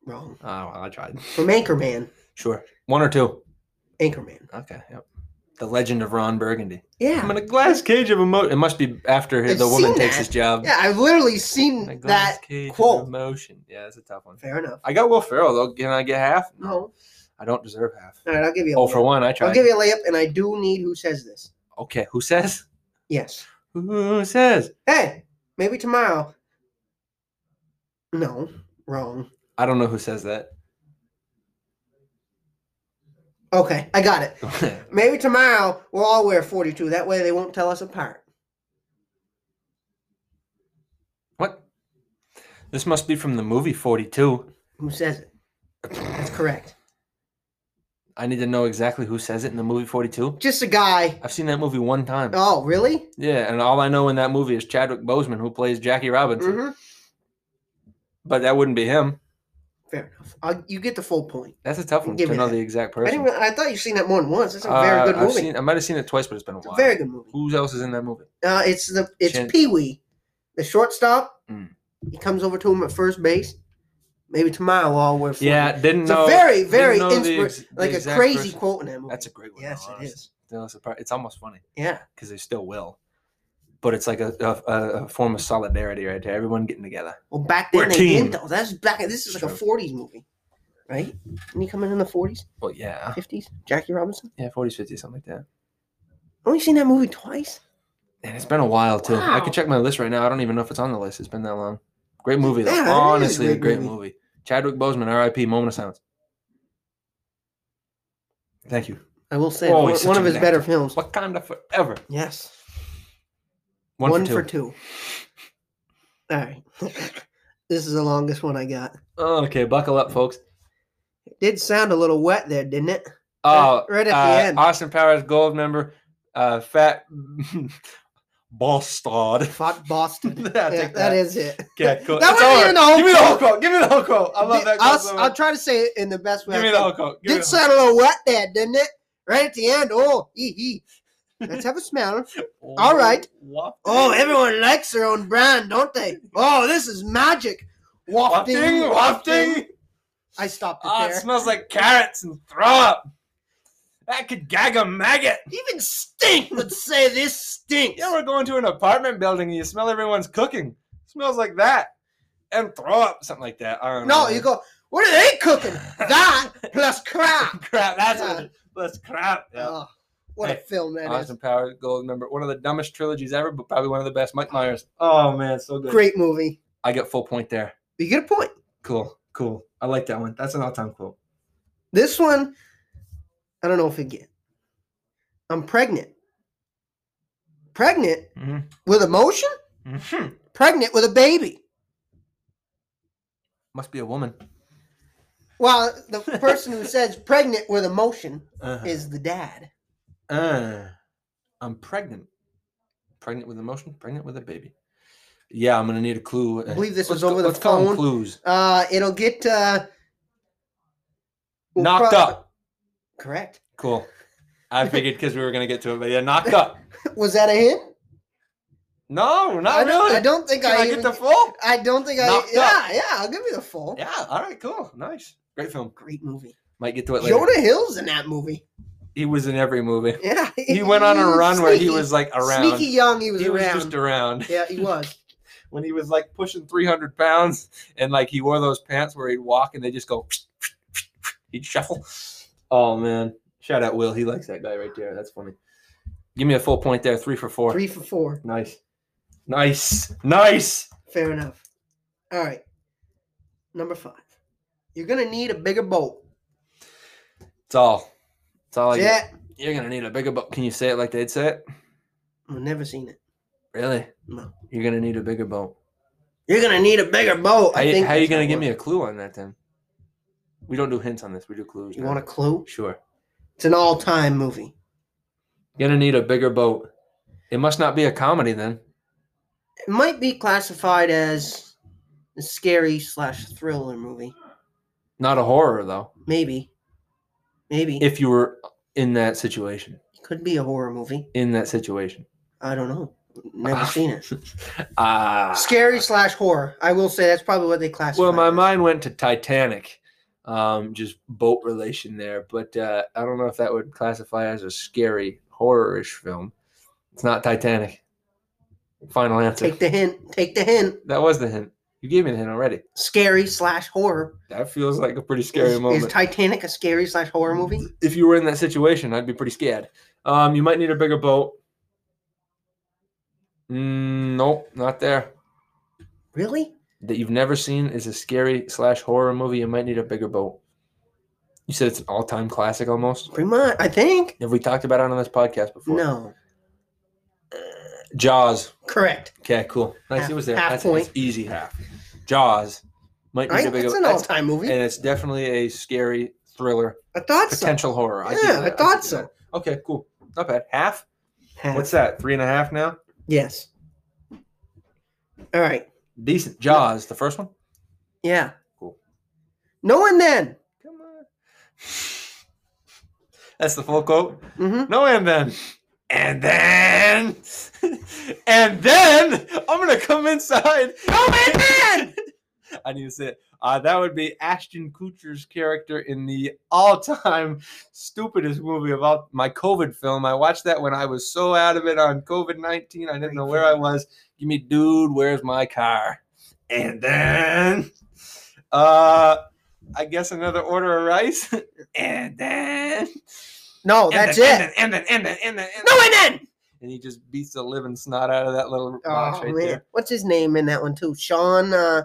Wrong. Oh, well, I tried. From Anchorman. Sure. One or two. Anchorman. Okay. Yep. The Legend of Ron Burgundy. I'm Yeah. in a glass cage of emotion. It must be after I've the woman seen takes that. his job. Yeah, I've literally In a seen glass that. cage of quote. emotion. Yeah, that's a tough one. Fair enough. I got Will Ferrell though. Can I get half? No. I don't deserve half. All right, I'll give you a Oh, layup. for one, I I'll tried. give you a layup, and I do need who says this. Okay, who says? Yes. Who says? Hey, maybe tomorrow. No. Wrong. I don't know who says that. <laughs> Okay, I got it. Maybe tomorrow we'll all wear 42. That way they won't tell us apart. what? This must be from the movie 42. Who says it? That's correct. I need to know exactly who says it in the movie 42. Just a guy. I've seen that movie one time. Oh, really? Yeah, and all I know in that movie is Chadwick Boseman, who plays Jackie Robinson. Mm-hmm. But that wouldn't be him. Fair enough. I'll, you get the full point. That's a tough one Give to me know that. the exact I person. didn't. Really, I thought you've seen that more than once. It's a very Uh, good I've movie. seen- I might have seen it twice, but it's been a it's while. a very good movie. who else is in that movie? Uh, it's the it's Chan- Pee Wee, the shortstop. Mm. He comes over to him at first base. Maybe tomorrow I'll wear. forty. Yeah, didn't it's know. a very very know the inspir- ex- the like a exact crazy person. quote in that movie. That's a great one. yes, it honestly. is. No, it's, a pro- it's almost funny Yeah, because they still will, but it's like a, a, a, a form of solidarity right there. Everyone getting together. well back We're a then they team. didn't though. That's back. This is like a Sure. '40s movie, right? Didn't he come in in the '40s, But yeah, '50s? Jackie Robinson. yeah, 40s, 50s, something like that. Only seen that movie twice. And it's been a while too. I Wow. could check my list right now. I don't even know if it's on the list. It's been that long. Great movie though. Yeah, it is a Honestly, a great great movie. movie. Chadwick Boseman, R.I.P. Moment of silence. Thank you. I will say Oh, one- he's such one a of his good better actor. films. Wakanda forever. Yes. One, for two. All right. <laughs> this is the longest one I got. Okay, buckle up, folks. It did sound a little wet there, didn't it? Oh, right at uh, the end. Austin Powers gold member, uh, fat <laughs> bastard. <laughs> Fought Boston. Yeah, Yeah, take that that. is it. Okay, cool. That It's wasn't over. even the whole Give me the whole quote. quote. Give me the whole quote. I love that quote. I'll, so I'll much. try to say it in the best way. Give I me the can. whole quote. Give me Did the sound a little wet there, didn't it? Right at the end. Oh, hee hee. Let's have a smell. whole- all right. Wafting. Oh, everyone likes their own brand, don't they? Oh, this is magic. Wafting, Wafting, wafting. I stopped it Oh, it there. smells like carrots and throw up. That could gag a maggot. Even stink would say this stinks. You ever go into an apartment building and you smell everyone's cooking? It smells like that. and throw up, something like that. I don't No, know. you go. What are they cooking? that plus crap. <laughs> crap. That's what it, that's crap. Yeah. Oh, what a Hey, film that is. Austin Powers, gold member, one of the dumbest trilogies ever, but probably one of the best. Mike Myers. Oh man, so good. Great movie. I get full point there. You get a point. Cool, cool. I like that one. That's an all-time quote. This one, I don't know if it get. I'm pregnant. Pregnant Mhm. with emotion? Mm-hmm. Pregnant with a baby. Must be a woman. Well, the person <laughs> who says pregnant with emotion Uh-huh. is the dad. Uh, I'm pregnant. Pregnant with emotion. Pregnant with a baby. Yeah, I'm gonna need a clue. uh, I believe this Let's was over the let's call 'em phone. clues. Uh, it'll get uh, we'll knocked pro- up. Correct. <laughs> Cool. I figured because we were gonna get to it, but yeah, knocked up. Was that a hint? No, not I don't, really. I don't think Can I, I, get even- the <laughs> full? I don't think I. Knocked up. yeah, yeah. I'll give you the full. Yeah. All right. Cool. Nice. Great film. Great movie. Might get to it later. Jonah Hill's in that movie. <laughs> He was in every movie. Yeah. He went on a was run where he sneaky. was like around. Sneaky young, he was he was around. just around. yeah, he was. when he was like pushing 300 pounds and like he wore those pants where he'd walk and they just go <laughs> he'd shuffle oh man shout out will he likes that guy right there that's funny give me a full point there three for <laughs> four Three for four. nice nice nice Fair enough. All right. Number five. You're gonna need a bigger boat. it's all it's all I get. Yeah. you're gonna need a bigger boat can you say it like they'd say it I've never seen it. really No. you're gonna need a bigger boat You're gonna need a bigger boat. how, I you- think how you that's gonna it give me works. a clue on that then we don't do hints on this we do clues You now. want a clue? sure It's an all-time movie. gonna need a bigger boat it must not be a comedy then It might be classified as a scary slash thriller movie. Not a horror though. Maybe. Maybe. If you were in that situation, could be a horror movie. in that situation, I don't know. <laughs> Never seen it. ah. Scary slash horror. I will say that's probably what they classify. Well, my it as. mind went to Titanic, um, just boat relation there, but uh, I don't know if that would classify as a scary horror-ish film. It's not Titanic. Final answer. Take the hint. Take the hint. that was the hint. You gave me the hint already. Scary slash horror. That feels like a pretty scary is, moment. Is Titanic a scary slash horror movie? if you were in that situation, I'd be pretty scared. Um, you might need a bigger boat. Mm, nope, not there. Really? that you've never seen is a scary slash horror movie, you might need a bigger boat. You said it's an all time classic almost. Pretty much. I think. Have we talked about it on this podcast before? No. Jaws. Correct. Okay, cool. Nice. Half- it was there. half That's, point. that's easy half. Jaws. Might need Right? a bigger It's an all that's- time movie. And it's definitely a scary thriller, I thought so. potential horror. give Yeah, you I that. thought give you so. that. Okay, cool. Not bad. Half? Half. What's that? Three and a half now? Yes. All right. Decent. Jaws, the first one? Yeah. Cool. No and then. Come on. <laughs> That's the full quote? hmm No, and then, and then, and then I'm gonna come inside. Oh, and then! <laughs> I need to say it. Uh, that would be Ashton Kutcher's character in the all-time stupidest movie of all my COVID film. I watched that when I was so out of it on COVID nineteen. I didn't know where I was. Give me, dude, where's my car? And then, uh, I guess another order of rice. <laughs> and then. No, And that's then- it. And then, and then, and then, and then, No and and then. And he just beats the living snot out of that little box Oh right man, there. what's his name in that one too? Sean. uh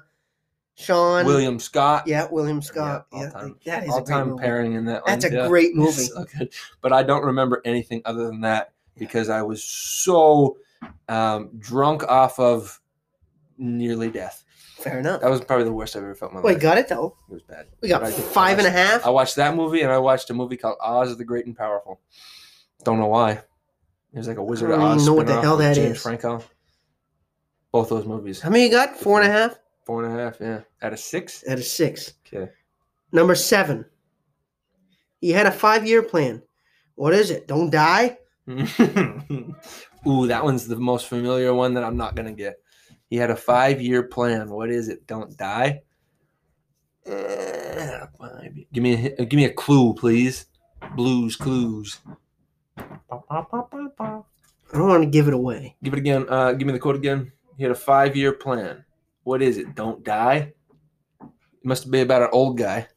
Sean. William Scott. Yeah, William Scott. all Yeah, time- that is a All great time movie. pairing in that That's one. a yeah. <laughs> great movie. So good. But I don't remember anything other than that because I was so um, drunk off of nearly death. Fair enough. That was probably the worst I've ever felt in my We life. got it though. It was bad. We got But I did five and a half. I watched that movie and I watched a movie called Oz the Great and Powerful. Don't know why. It was like a Wizard I of don't Oz. even know what the spin-off hell with that James is. Franco. Both those movies. How many you got? Four and a half? Four and a half, yeah. Out of <laughs> six? Out of six. Okay. Number seven. He had a five year plan. What is it? Don't die? Ooh, that one's the most familiar one that I'm not going to get. He had a five year plan. What is it? Don't die? Uh, maybe- give me a hint- give me a clue, please. Blues clues. I don't want to give it away. Give it again. Uh, give me the quote again. He had a five year plan. What is it? Don't die. It must be about an old guy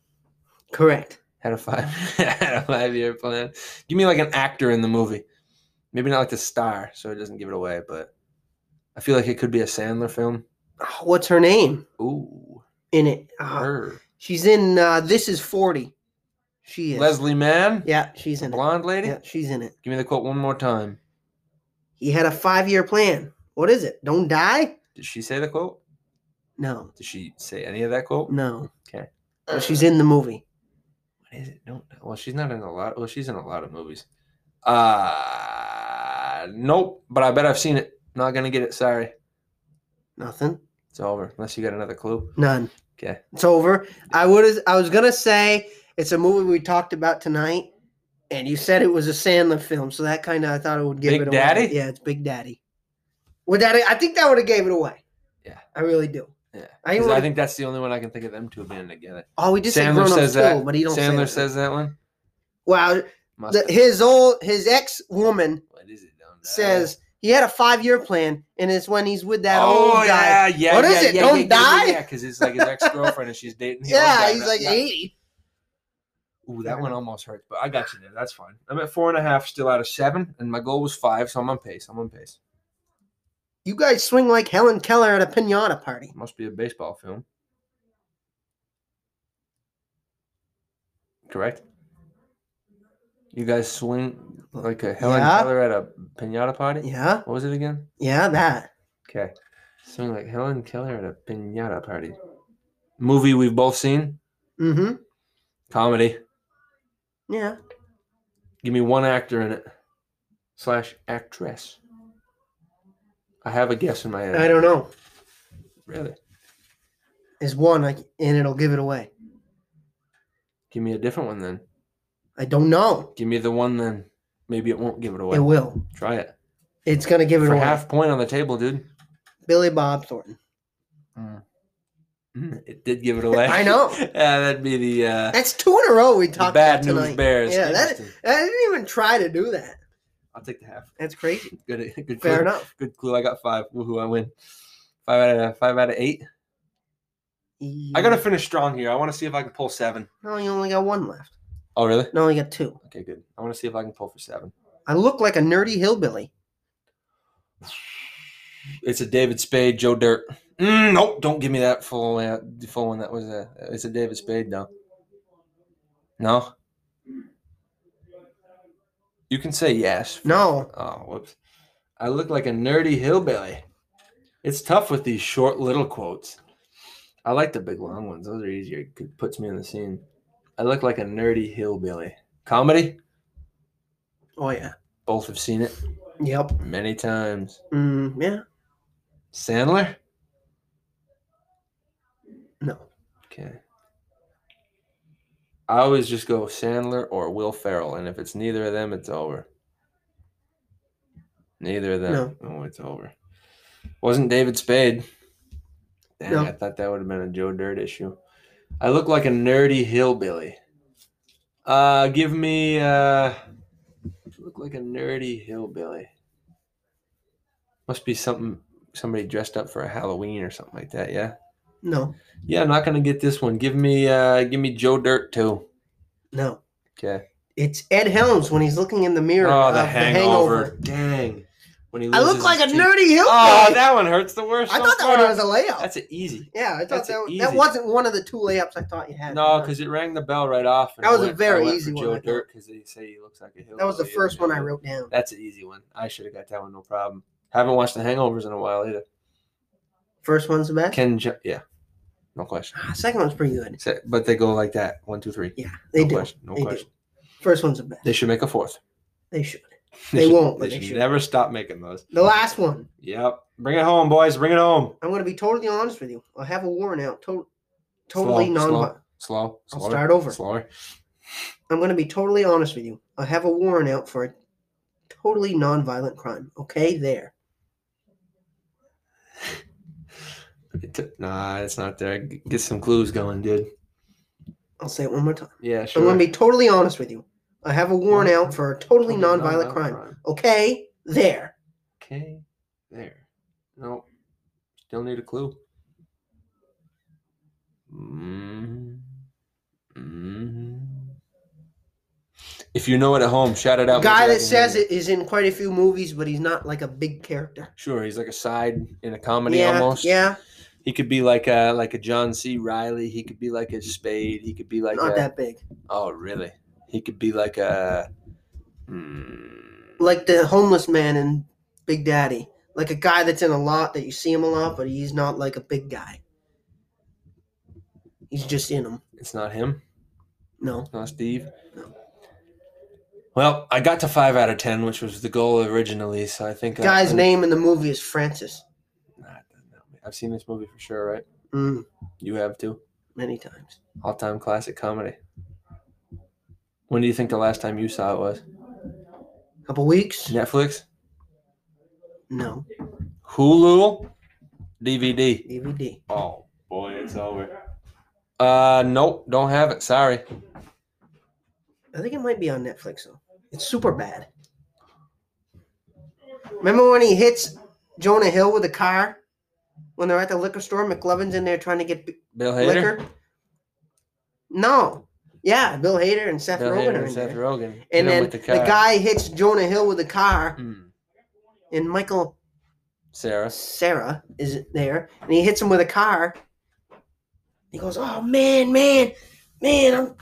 Correct. had a five <laughs> had a five year plan. Give me like an actor in the movie. Maybe not like the star, so it doesn't give it away. But I feel like it could be a Sandler film. Oh, What's her name Ooh, in it? Ah, her she's in uh, This Is 40. She is. Leslie Mann, Yeah, she's in it. blonde lady. Yeah, she's in it. Give me the quote one more time. He had a five year plan. What is it? Don't die? Did she say the quote? No, Did she say any of that quote? no. Okay. But she's in the movie. What is it? No. no. Well, she's not in a lot. Well, she's in a lot of movies. Uh nope. But I bet I've seen it. Not gonna get it. Sorry. Nothing. It's over. Unless you got another clue. None. Okay. It's over. I would. I was gonna say it's a movie we talked about tonight, and you said it was a Sandler film, so that kind of I thought it would give Big it away. Daddy? Yeah, it's Big Daddy. Would that? I think that would have gave it away. Yeah. I really do. Yeah. I 'Cause I, would- think that's the only one I can think of them two being together. Oh, we did say Sandler grown says ups that. too, but he don't. say Sandler that. says that one. Well, Must the, his old his ex woman what is it? Don't die. says he had a five year plan, and it's when he's with that oh, old yeah, guy. yeah. What yeah, is it? yeah, Don't yeah, yeah, die? Yeah, because it's like his ex girlfriend and she's dating. the old Yeah, guy, he's not- like not- eighty. Ooh, that one almost hurts, but I got you there. That's fine. I'm at four and a half, still out of seven, and my goal was five, so I'm on pace. I'm on pace. You guys swing like Helen Keller at a pinata party. Must be a baseball film. Correct. You guys swing like a Helen Yeah. Keller at a pinata party. Yeah, What was it again? yeah, that. Okay. Swing like Helen Keller at a pinata party. Movie we've both seen. Mm-hmm. Comedy. Yeah. Give me one actor in it. Slash actress. I have a guess in my head. I don't know. Really? Is one, I, and it'll give it away. Give me a different one then. I don't know. Give me the one then. Maybe it won't give it away. It will. Try it. It's gonna give it For away. half point on the table, dude. Billy Bob Thornton. Mm, It did give it away. I know. <laughs> yeah, that'd be the, uh, That's two in a row we the talked bad about news tonight. bears. Yeah, that, Interesting. I didn't even try to do that. I'll take the half. That's crazy. Good, good. Fair clue. enough. Good clue. I got five. Woohoo! I win. Five out of five out of eight. I gotta finish strong here. I want to see if I can pull seven. E- No, you only got one left. Oh, really? No, you got two. Okay, good. I want to see if I can pull for seven. I look like a nerdy hillbilly. It's a David Spade, Joe Dirt. Mm, nope, don't give me that full uh, full one. That was a it's a David Spade though. No. You can say yes. for- No. Oh, whoops. I look like a nerdy hillbilly. It's tough with these short little quotes. I like the big long ones. Those are easier. It puts me in the scene. I look like a nerdy hillbilly. Comedy? Oh yeah. Both have seen it Yep. many times. Mm, yeah. Sandler? No. Okay. I always just go Sandler or Will Ferrell, and if it's neither of them, it's over. Neither of them. Oh, it's over. Wasn't David Spade? Damn, No. I thought that would have been a Joe Dirt issue. I look like a nerdy hillbilly. Uh, give me uh, look like a nerdy hillbilly. Must be something somebody dressed up for a Halloween or something like that. Yeah. No. Yeah, I'm not gonna get this one. Give me uh give me Joe Dirt too. No. Okay. It's Ed Helms when he's looking in the mirror. Oh, the of hangover. Dang. When he I loses look his like a teeth. nerdy hillbilly. Oh, that one hurts the worst. I so thought that far. one was a layup. That's an easy. yeah, I thought that's that, an that easy. wasn't one of the two layups I thought you had. No, because it rang the bell right off. and That I was a went- I very went for easy one, I Joe thought. Dirt because he said he looks like a hillbilly. that was the and first it one I was- wrote down. That's an easy one. I should have got that one, no problem. Haven't watched The Hangovers in a while either. First one's the best. Ken, jo- yeah, no question. Ah, Second one's pretty good. So- But they go like that: one, two, three. Yeah, they no do. question. No They do. question. First one's the best. They should make a fourth. <laughs> They should. They won't, but They they should should. never stop making those. The last one. Yep. Bring it home, boys. Bring it home. I'm going to be totally honest with you. I have a warrant out. To- totally slow, non. Slow. slow I'll slower, start over. Slower. I'm going to be totally honest with you. I have a warrant out for a totally non-violent crime. Okay, there. It took- nah, it's not there. G- Get some clues going, dude. I'll say it one more time. Yeah, I'm sure. going to be totally honest with you. I have a warrant out for a totally Totally non-violent nonviolent crime. Okay, there. Okay. There. Nope. Still need a clue. Mm. Mm. If you know it at home, shout it out. guy Maybe I that can says hear it is in quite a few movies, but he's not like a big character. Sure, he's like a side in a comedy yeah, almost. yeah, He could be like a like a John C. Riley. He could be like a Spade. He could be like not a, that big. Oh, really? He could be like a. Hmm. Like the homeless man in Big Daddy, like a guy that's in a lot that you see him a lot, but he's not like a big guy. He's just in them. It's not him. No, Not Steve. Well, I got to five out of ten, which was the goal originally. So I think guy's I, name in the movie is Francis. Nah, it doesn't help me. I've seen this movie for sure, right? Mm, You have too. many times. All-time classic comedy. When do you think the last time you saw it was? Couple weeks? Netflix, No, Hulu, DVD. DVD. Oh boy, it's over. Uh, nope, don't have it. Sorry. I think it might be on Netflix though. It's super bad. Remember when he hits Jonah Hill with a car when they're at the liquor store? McLovin's in there trying to get b- Bill Hader. liquor. No, yeah, Bill Hader and Seth Bill Rogen Hader are and in Seth there. Rogen. Hit him And then with the, car. guy hits Jonah Hill with a car, Hmm. and Michael Sarah. Sarah is there, and he hits him with a car. He goes, "Oh man, man, man!" I'm...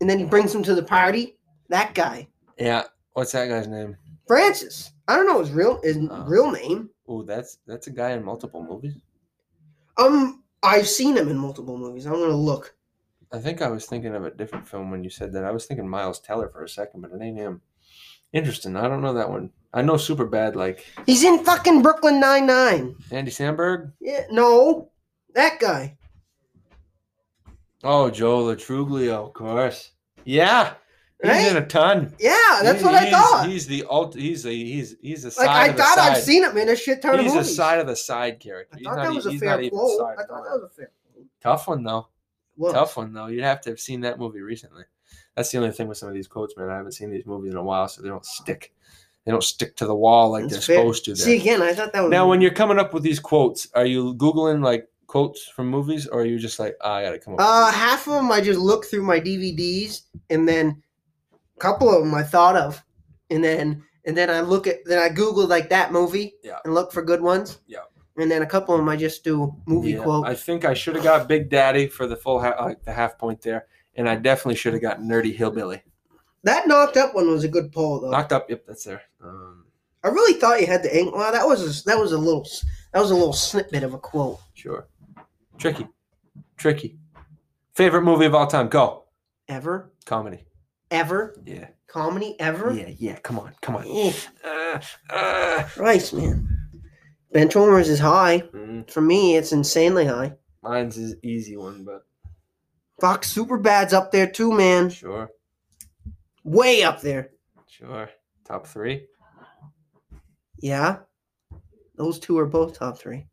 And then he brings him to the party. That guy. Yeah. What's that guy's name? Francis. I don't know his real his Oh. real name. Oh, that's that's a guy in multiple movies. Um, I've seen him in multiple movies. I'm gonna look. I think I was thinking of a different film when you said that. I was thinking Miles Teller for a second, but it ain't him. Interesting. I don't know that one. I know super bad like He's in fucking Brooklyn Nine Nine. Andy Samberg. Yeah, no, that guy. Oh, Joe Latruglio, of course. Yeah. He's in a ton. Yeah, Uh, that's He- what I he's- thought. He's the alt he's a he's he's a side like I of the thought side. I've seen him in a shit ton he's of a movies. side of the side character. I He's thought not that e- was a he's fair not even quote. side I at thought all. that was a fair. Tough one though. Well, Tough one though. You'd have to have seen that movie recently. That's the only thing with some of these quotes, man. I haven't seen these movies in a while, so they don't stick. They don't stick to the wall like That's they're fair. supposed to. There. See again, I thought that was now, when you're coming up with these quotes, are you googling like quotes from movies, or are you just like, "Ah, I gotta come up? with Uh, these?" half of them I just looked through my DVDs, and then a couple of them I thought of, and then and then I look at then I Googled like that movie, Yeah. and look for good ones, Yeah. and then a couple of them I just do movie Yeah, quote. I think I should have got Big Daddy for the full ha- like the half point there, and I definitely should have got Nerdy Hillbilly. that knocked up one was a good poll though. Knocked up. Yep, that's there. Um, I really thought you had the ink. Well, that was a, that was a little s- that was a little snippet of a quote. sure. Tricky. Tricky. Favorite movie of all time? Go. Ever, Comedy. ever Yeah. comedy ever. Yeah. Yeah. Come on. Come on. Oh, Uh, uh. Christ, man. Benchwarmers is high Mm, for me. It's insanely high. mine's an easy one, but Fox Superbad's up there too, man. sure. Way up there. Sure. Top three. Yeah. Those two are both top three.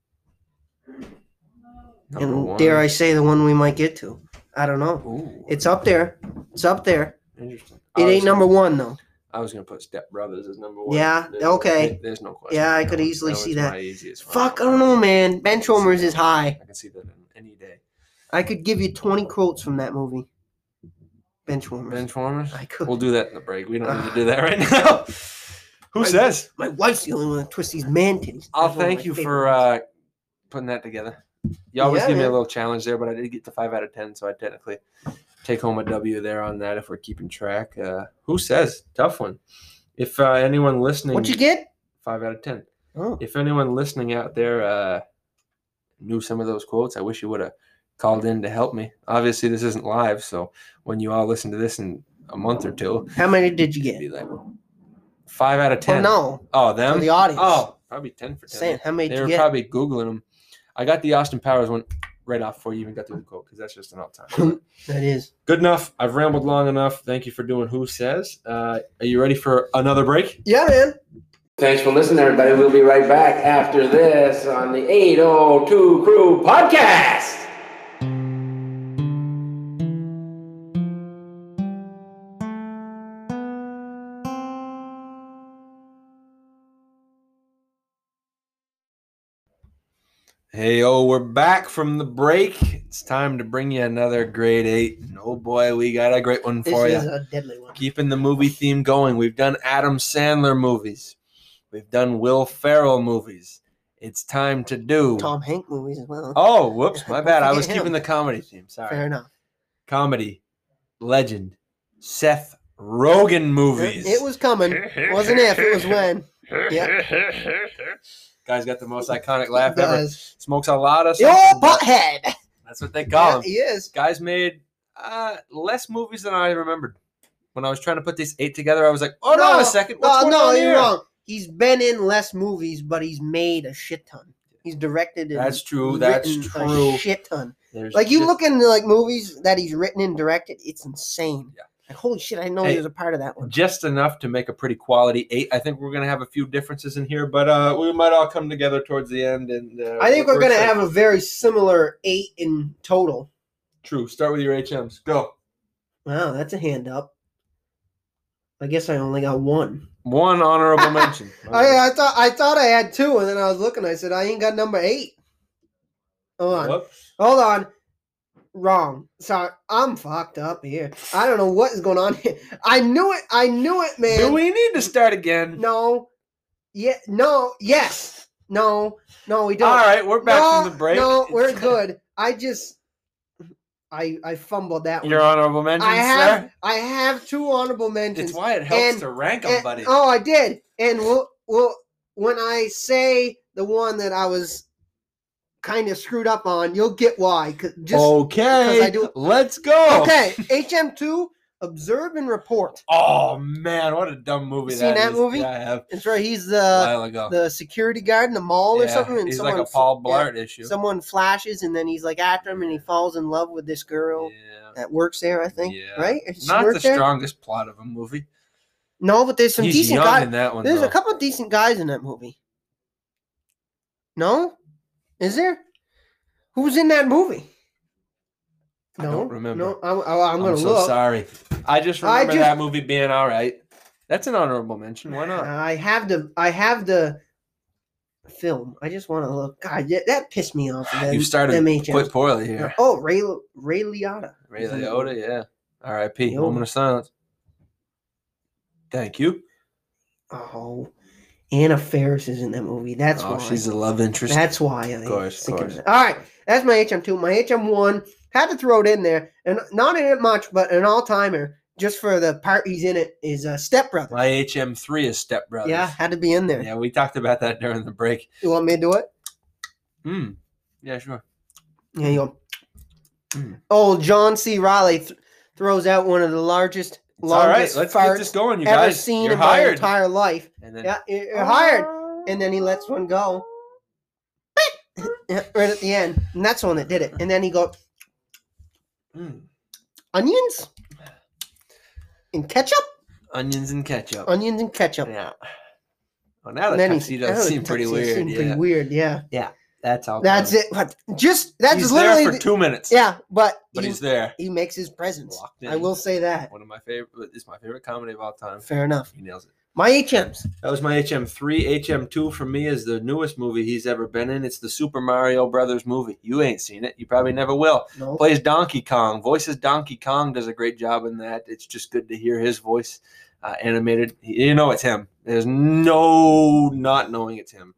Number and one. dare I say the one we might get to. I don't know. Ooh, It's up there. It's up there. interesting. It I was ain't number gonna- one though. I was gonna put Step Brothers as number one. Yeah, There's no- okay. There's no question. Yeah, I That could one- easily that see one's that. my easiest one. Fuck, I don't know, man. Benchwarmers is high. I can see that in any day. I could give you twenty quotes from that movie. Benchwarmers. Benchwarmers. I could. Ah. We'll do that in the break. We don't need to do that right <laughs> now. Who Right. says? My wife's the only one that twists these man titties. I'll That's one of thank my you favorite for ones. uh, putting that together. You always Yeah, give me a man. little challenge there, but I did get to five out of ten, so I technically take home a W there on that if we're keeping track. Uh, who says tough one? If uh, anyone listening, What'd you get? five out of ten. Oh. If anyone listening out there uh, knew some of those quotes, I wish you would have called in to help me. Obviously, this isn't live, so when you all listen to this in a month or two, How many did you it'd get? be like five out of Oh ten. no. oh For them. the audience. Oh, probably ten for ten. Saying how many They did were you get? probably googling them. I got the Austin Powers one right off before you even got to the quote because that's just an all time. that is. Good enough. I've rambled long enough. Thank you for doing Who Says. Uh, are you ready for another break? Yeah, man. Thanks for listening, everybody. We'll be right back after this on the 802 Crew Podcast. Hey, oh, we're back from the break. It's time to bring you another grade eight. And oh boy, we got a great one This for you. is a deadly one. Keeping the movie theme going. We've done Adam Sandler movies, we've done Will Ferrell movies. It's time to do. Tom Hank movies as well. Oh, whoops, <laughs> my bad. I was Forget him. keeping the comedy theme. Sorry. Fair enough. Comedy legend Seth Rogen movies. It was coming. It wasn't if, it was <laughs> when. Yeah, Guy's got the most iconic it laugh ever. does. Smokes a lot of. Yo, something, but butthead! That's what they call Yeah, him. he is. Guys made uh, less movies than I remembered. When I was trying to put these eight together, I was like, "Oh no, No, a second, what's No, going no, on you're here?" wrong. He's been in less movies, but he's made a shit ton. He's directed. And That's true, that's written true. A shit ton. There's Like you just- look into like movies that he's written and directed, it's insane. Yeah. Like holy shit, I didn't know Hey. he was a part of that one. just enough to make a pretty quality eight. I think we're gonna have a few differences in here, but uh, we might all come together towards the end. And uh, I think we're gonna excited. have a very similar eight in total. True. Start with your HMs. Go. Wow, that's a hand up. I guess I only got one. One <laughs> honorable mention. I, I thought I thought I had two, and then I was looking. I said I ain't got number eight. Hold on, Whoops. hold on. Wrong. Sorry, I'm fucked up here. I don't know what is going on here. I knew it. I knew it, man. Do we need to start again? No. Yeah. No. Yes. No. No. We don't. All right, we're back no, from the break. No, we're good. I just, I I fumbled that Your one. honorable mention, I have sir. I have two honorable mentions. It's why it helps And- to rank them, And- buddy. oh, I did. And we'll, we'll, when I say the one that I was kind of screwed up on, you'll get why. 'cause just Oh. okay. I do- Let's go. okay. HM2, observe and report. Oh man, what a dumb movie You seen that is. movie? Yeah, I have. It's where he's A the while ago. the security guard in the mall or Yeah, something. And he's someone like a fl- Paul yeah. Blart issue. someone flashes and then he's like after him and he falls in love with this girl yeah. that works there, I think. Yeah. Right? Does she Not work the there? strongest plot of a movie. No, but there's some He's decent young guys. in that one. There's though. a couple of decent guys in that movie. No? Is there? Who was in that movie? I No, don't remember. No, I'm, I- I'm I'm, gonna so look. sorry. I just I remember just- that movie being all right. That's an honorable mention. Why not? I have the I have the film. I just want to look. God, yeah, that pissed me <sighs> off. Them, you started them HMs. quite poorly here. Oh, Ray Ray Liotta. Ray Liotta, yeah. R.I.P. Yo. Moment of silence. Thank you. Oh, Anna Ferris is in that movie. That's oh, why. she's a love interest. That's why. I Of course, of think it course. was- All right, that's my HM2. My HM1 had to throw it in there, and not in it much, but an all timer just for the part he's in it is uh, Step Brother. My HM3 is Step Brothers. Yeah, had to be in there. Yeah, we talked about that during the break. You want me to do it? Hmm. Yeah, sure. Yeah, you go. Mm. Oh, John C. Riley th- throws out one of the largest, It's all right, longest let's get farts this going, you ever guys. seen You're in my hired. entire life. and then Yeah, you're you're hired. and then he lets one go. <laughs> right at the end. And that's the one that did it. And then he goes, Mm. onions? And ketchup? onions and ketchup. Onions and ketchup. yeah. Well, now the And then he- tuxedo that was seem pretty tuxedo weird. seemed yeah. pretty weird, yeah. That's all. That's it. But just, that's he's literally. there for the- two minutes. yeah, but, but he, he's there. he makes his presence. Locked I in. will say that. One of my favorite. It's my favorite comedy of all time. Fair enough. He nails it. My HMs. That was my HM3. HM2 for me is the newest movie he's ever been in. It's the Super Mario Brothers movie. You ain't seen it. You probably never will. No. plays Donkey Kong, voices Donkey Kong, does a great job in that. It's just good to hear his voice uh, animated. You know it's him. There's no not knowing it's him.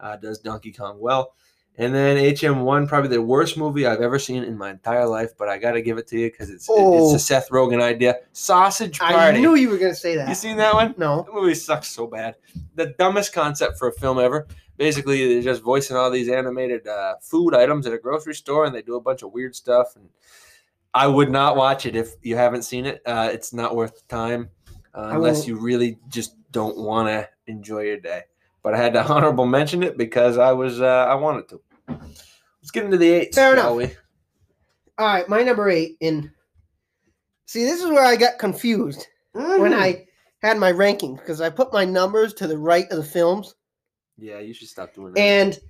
Uh, does Donkey Kong well. And then HM1, probably the worst movie I've ever seen in my entire life, but I got to give it to you because it's, Oh. it's a Seth Rogen idea. Sausage I Party. knew you were going to say that. you seen that one? no. That movie sucks so bad. The dumbest concept for a film ever. Basically, they're just voicing all these animated uh, food items at a grocery store, and they do a bunch of weird stuff. And I would not watch it if you haven't seen it. Uh, it's not worth the time uh, I unless will- you really just don't want to enjoy your day. But I had to <laughs> honorable mention it because I was uh, I wanted to. Let's get into the eight. Fair shall we? All right, my number eight. And see, this is where I got confused. Hmm. when I had my ranking because I put my numbers to the right of the films. yeah, you should stop doing that. And Hmm.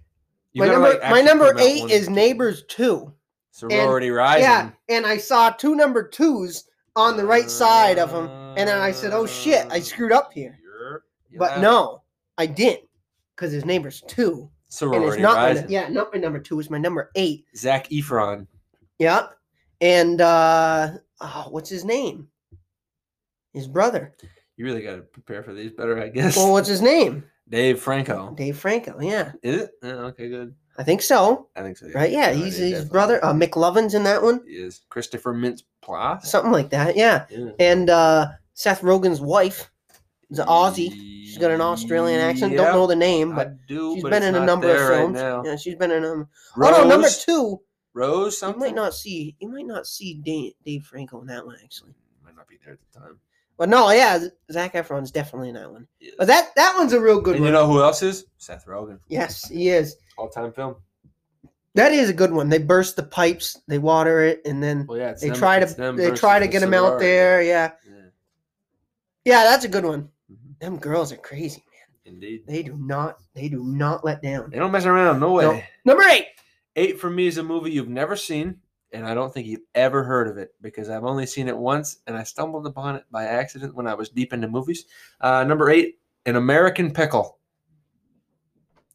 You my gotta, number like, my actually number come out eight one- is Neighbors Two. Sorority Rising. Yeah, and I saw two number twos on the right side of them, and then I said, "Oh Uh, shit, I screwed up here." You're- you're But out. no, I didn't, because his Neighbors Two. sorority, and it's not right? my, yeah, not my number two. It's my number eight. Zach Efron. Yep. And uh, oh, what's his name? His brother. You really got to prepare for these better, I guess. Well, what's his name? Dave Franco. Dave Franco. Yeah, Is it? Yeah, okay, good. I think so. I think so. yeah. Right? Yeah, No, he's he his definitely- brother. Uh, McLovin's in that one. Is Christopher Mintz Plasse? Something like that. Yeah. Yeah. And uh, Seth Rogen's wife is an Aussie. She's got an Australian accent. Don't know the name, but do, she's but been it's in a not number of there right films. now. yeah, she's been in um. Rose, Oh no, number two. Rose, You something might not see. You might not see Dave, Dave Franco in that one actually. might not be there at the time. But no, yeah, Zach Efron's definitely in that one. Yes. But that that one's a real good and one. you know who else is? Seth Rogen. yes, he is. All-time film. That is a good one. They burst the pipes, they water it, and then Well, yeah, it's they them- try it's to them they try to versus get the him out sorority. there. Yeah, Yeah. yeah, that's a good one. Mhm. Them girls are crazy. Indeed. They do not they do not let down. They don't mess around. No way. No. Number eight. Eight for me is a movie you've never seen, and I don't think you've ever heard of it because I've only seen it once, and I stumbled upon it by accident when I was deep into movies. Uh, number eight, An American Pickle.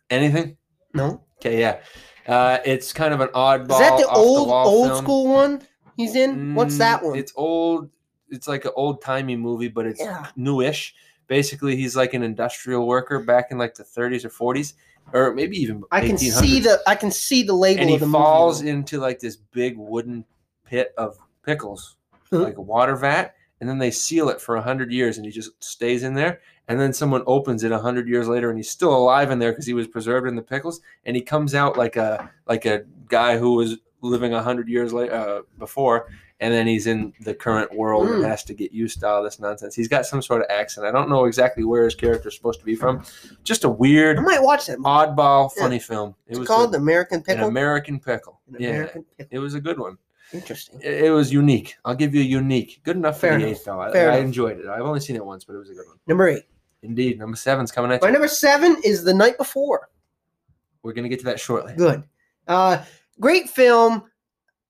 Anything? No, Okay, yeah. Uh, it's kind of an oddball. is that the old off-the-wall old film. school one he's in? What's that Mm, one? It's old. It's like an old timey movie, but it's Yeah. newish. Basically, he's like an industrial worker back in like the 30s or 40s, or maybe even I can see 1800s. the I can see the label and he of the movie, falls though. into like this big wooden pit of pickles, Huh. like a water vat, and then they seal it for a hundred years, and he just stays in there. And then someone opens it a hundred years later, and he's still alive in there because he was preserved in the pickles, and he comes out like a like a guy who was living a hundred years later uh, before, and then he's in the current world and Mm. has to get used to all this nonsense. He's got some sort of accent. I don't know exactly where his character's supposed to be from. Just a weird, I might watch that. movie. oddball, Yeah. funny film. It It's was called good. the American An Pickle. American pickle. An yeah, American Pickle. it was a good one. Interesting. It, it was unique. I'll give you unique. Good enough for Fair the enough. eighth, though. I, Fair I enough. enjoyed it. I've only seen it once, but it was a good one. Number eight. Indeed, number seven's coming at My you. number seven is The Night Before. We're gonna get to that shortly. Good. Uh, great film.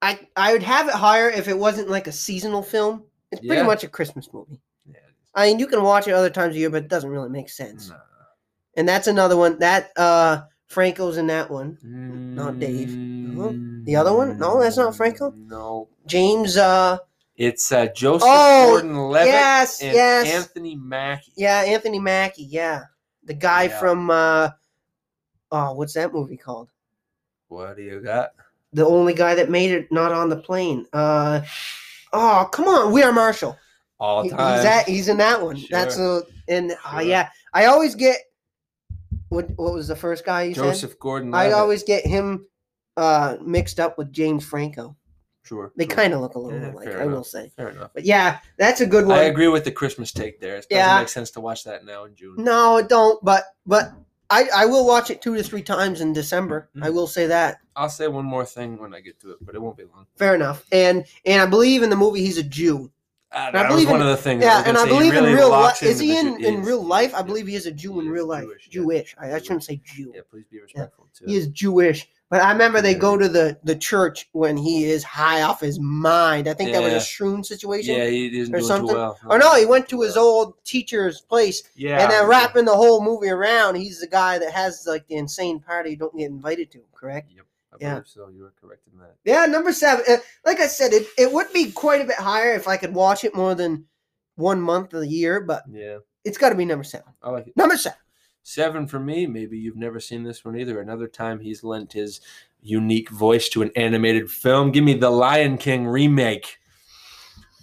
I I would have it higher if it wasn't like a seasonal film. It's pretty Yeah. much a Christmas movie. Yeah, I mean, you can watch it other times of year, but it doesn't really make sense. nah. And that's another one. That uh, Franco's in that one. Not Dave. the other one? No, that's not Franco? Mm, No, James. Uh, it's uh, Joseph Oh, Gordon-Levitt yes, and yes. Anthony Mackie. yeah, Anthony Mackie. Yeah, the guy Yeah. from. Uh, oh, what's that movie called? What do you got? The only guy that made it not on the plane. Uh, oh, come on, We Are Marshall. All He- time. He's at, he's in that one. That's a and uh, Sure. yeah. I always get what what was the first guy you Joseph said? I Gordon-Levitt. always get him uh mixed up with James Franco. sure. They sure. kind of look a little Hmm. Yeah, alike, fair I will enough. say. Fair enough. But yeah, that's a good one. I agree with the Christmas take there. It doesn't Yeah. make sense to watch that now in June. No, it don't, but but I I will watch it two to three times in December. I Mhm. will say that. I'll say one more thing when I get to it, but it won't be long. Fair enough. And and I believe in the movie he's a Jew. Uh, I that was believe one in- of the things. Yeah, was and gonna I say, he believe really in real locks life. Is he into in, the Jew- in is- real life? I is- believe he is a Jew He in is real life. Jewish, yeah. Jewish. I, I shouldn't say Jew. Yeah, please be respectful too. he is Jewish. But I remember they go to the the church when he is high off his mind. I think that was a Yeah. shroom situation. Yeah, he isn't or doing something. too well. Or no, he went to his old teacher's place, Yeah, and then wrapping the whole movie around, he's the guy that has like the insane party you don't get invited to. Correct? Yep, I Yeah. believe so. You were correct in that. Yeah, number seven. Uh, Like I said, it it would be quite a bit higher if I could watch it more than one month of the year, but Yeah, it's got to be number seven. I like it. Number seven. Seven for me. Maybe you've never seen this one either. Another time he's lent his unique voice to an animated film. Give me the Lion King remake.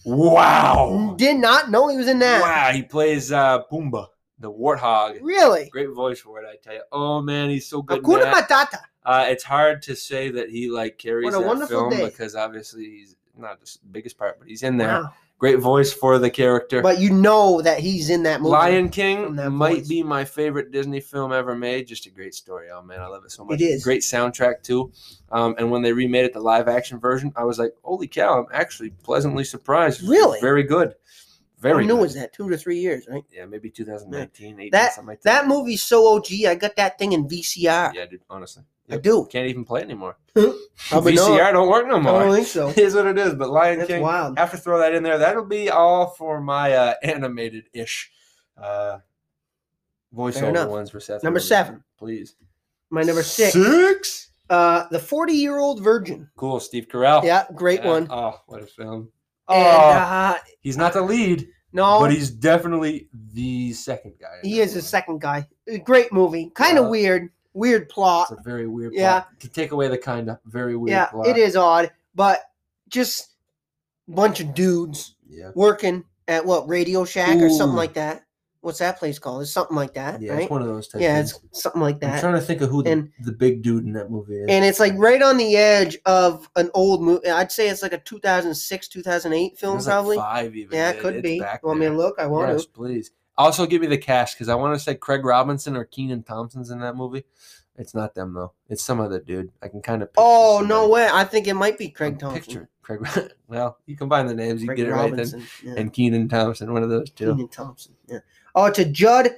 Wow. Did not know he was in that. Oh. Wow, he plays uh, Pumbaa, the warthog. Really? Great voice for it, I tell you. Oh man, he's so good. in Hakuna that. Matata. Uh, it's hard to say that he like carries What a that film wonderful day. because obviously he's not the s- biggest part, but he's in there. Wow. Great voice for the character. But you know that he's in that movie. Lion from King that might voice. be my favorite Disney film ever made. Just a great story. Oh man, I love it so much. is. great soundtrack too. Um, and when they remade it, the live action version, I was like, holy cow! I'm actually pleasantly surprised. It's Really? very good. How Very new good. was that? Two to three years, right? Yeah, maybe 2019, 18, something like that. That movie's so OG. I got that thing in VCR. yeah, dude. Honestly, I Yep. do. can't even play it anymore. Probably not. VCR don't work no <laughs> I more. don't think so. It is what it is. But Lion That's King, wild. have to throw that in there. That'll be all for my uh, animated ish uh, voiceover enough. ones for Seth. Number Rogen. seven. please. My number six, Six. Uh, the forty-year-old virgin. Cool, Steve Carell. Yeah, great Oh. Yeah. one. Oh, what a film. And, Oh, uh, he's not the lead, no, but he's definitely the second guy. in he that is the one. second guy. A Great movie. Kind of Yeah. weird. Weird plot. It's a very weird Yeah. plot. To take away the kind of very weird yeah, plot. it is odd, but just bunch of dudes Yeah. working at what Radio Shack or something Ooh. like that. What's that place called? It's something like that, Yeah, right? it's one of those types. Yeah, it's something like I'm that. trying to think of who the, and- the big dude in that movie is. and it's like right on the edge of an old movie. I'd say it's like a 2006, 2008 It film, was like probably. five even. yeah, dude. it could It's be. back Want me there. to look? I want Yes, to. please. Also, give me the cast because I want to say Craig Robinson or Keenan Thompson's in that movie. It's not them though. It's some other dude. I can kind of. Oh no way! I think it might be Craig Thompson. Picture Craig. <laughs> Well, you combine the names, you Craig get it right then. Robinson. Yeah. And Keenan Thompson, one of those two. Keenan Thompson. Yeah. Oh, to Judd.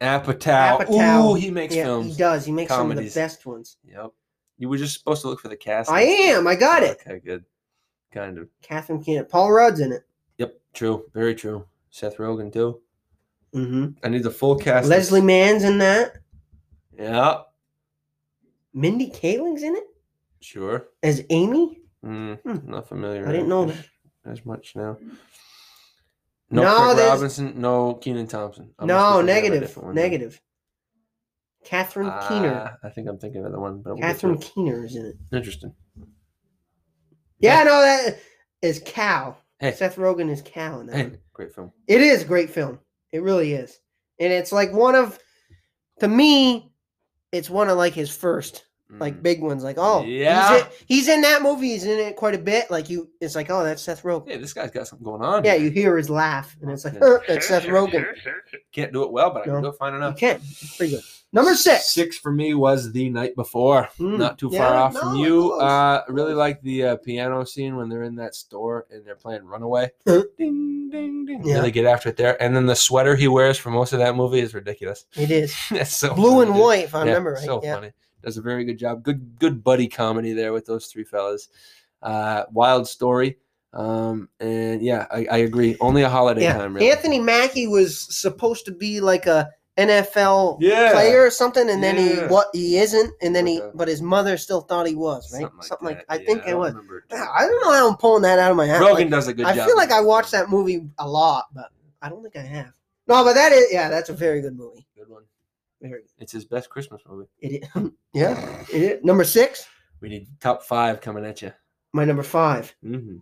Apatow. Apatow. Ooh, he makes Yeah, films. he does. He makes some of comedies. the best ones. Yep. You were just supposed to look for the cast. I am. I got it. Okay, good. Kind of. Catherine Keenan. Paul Rudd's in it. Yep. True. Very true. Seth Rogen too. Mm-hmm. I need the full cast. of- Leslie Mann's in that. Yeah. Mindy Kaling's in it Sure. as Amy. Mm, Hmm. Not familiar. I didn't know that. as much now. No, No, Craig there's- Robinson. No, Keenan Thompson. I must be no, thinking of a negative. different one then. Negative. Catherine Keener. Ah, I think I'm thinking of the one. But we'll get to Catherine it. Keener is in it. Interesting. Yeah, no, that is Cow. Hey. Seth Rogen is Cow in that. Hey, one. great film. It is a great film. It really is, and it's like one of, to me, it's one of like his first like Mm. big ones. Like oh, he's, Yeah. in, he's in that movie. He's in it quite a bit. Like you, it's like oh, that's Seth Rogen. hey, this guy's got something going on. Yeah, here. you hear his laugh, and it's like Yeah. "Huh, <laughs> that's Seth Rogen. can't do it well, but I can No. go find You enough. can pretty good. Number six. Six for me was the night before. Mm. Not too Yeah, far off no, from you. close. Uh, I really like the uh, piano scene when they're in that store and they're playing <laughs> Runaway. Huh. ding, ding, ding. Yeah. Really get after it there. And then the sweater he wears for most of that movie is ridiculous. <laughs> It is That's so blue funny, and dude. white. If I Yeah, remember right. So yeah. funny. Does a very good job. Good good buddy comedy there with those three fellas. Uh, wild story. Um, and yeah, I, I agree. Only a holiday Yeah. time, really. Anthony Mackie was supposed to be like a NFL Yeah. player or something, and then he Yeah. what he isn't, and then he Okay. but his mother still thought he was right. Something like, that. I think Yeah, it was. Ah, remember it. I don't know how I'm pulling that out of my hat. Rogan Like, does a good I job. feel like I watched that movie a lot, but I don't think I have. No, but that is yeah, that's a very good movie. Good one. Very good. It's his best Christmas movie. It is, <laughs> yeah, it is. number six. We need top five coming at you. My number five, Mm-hmm.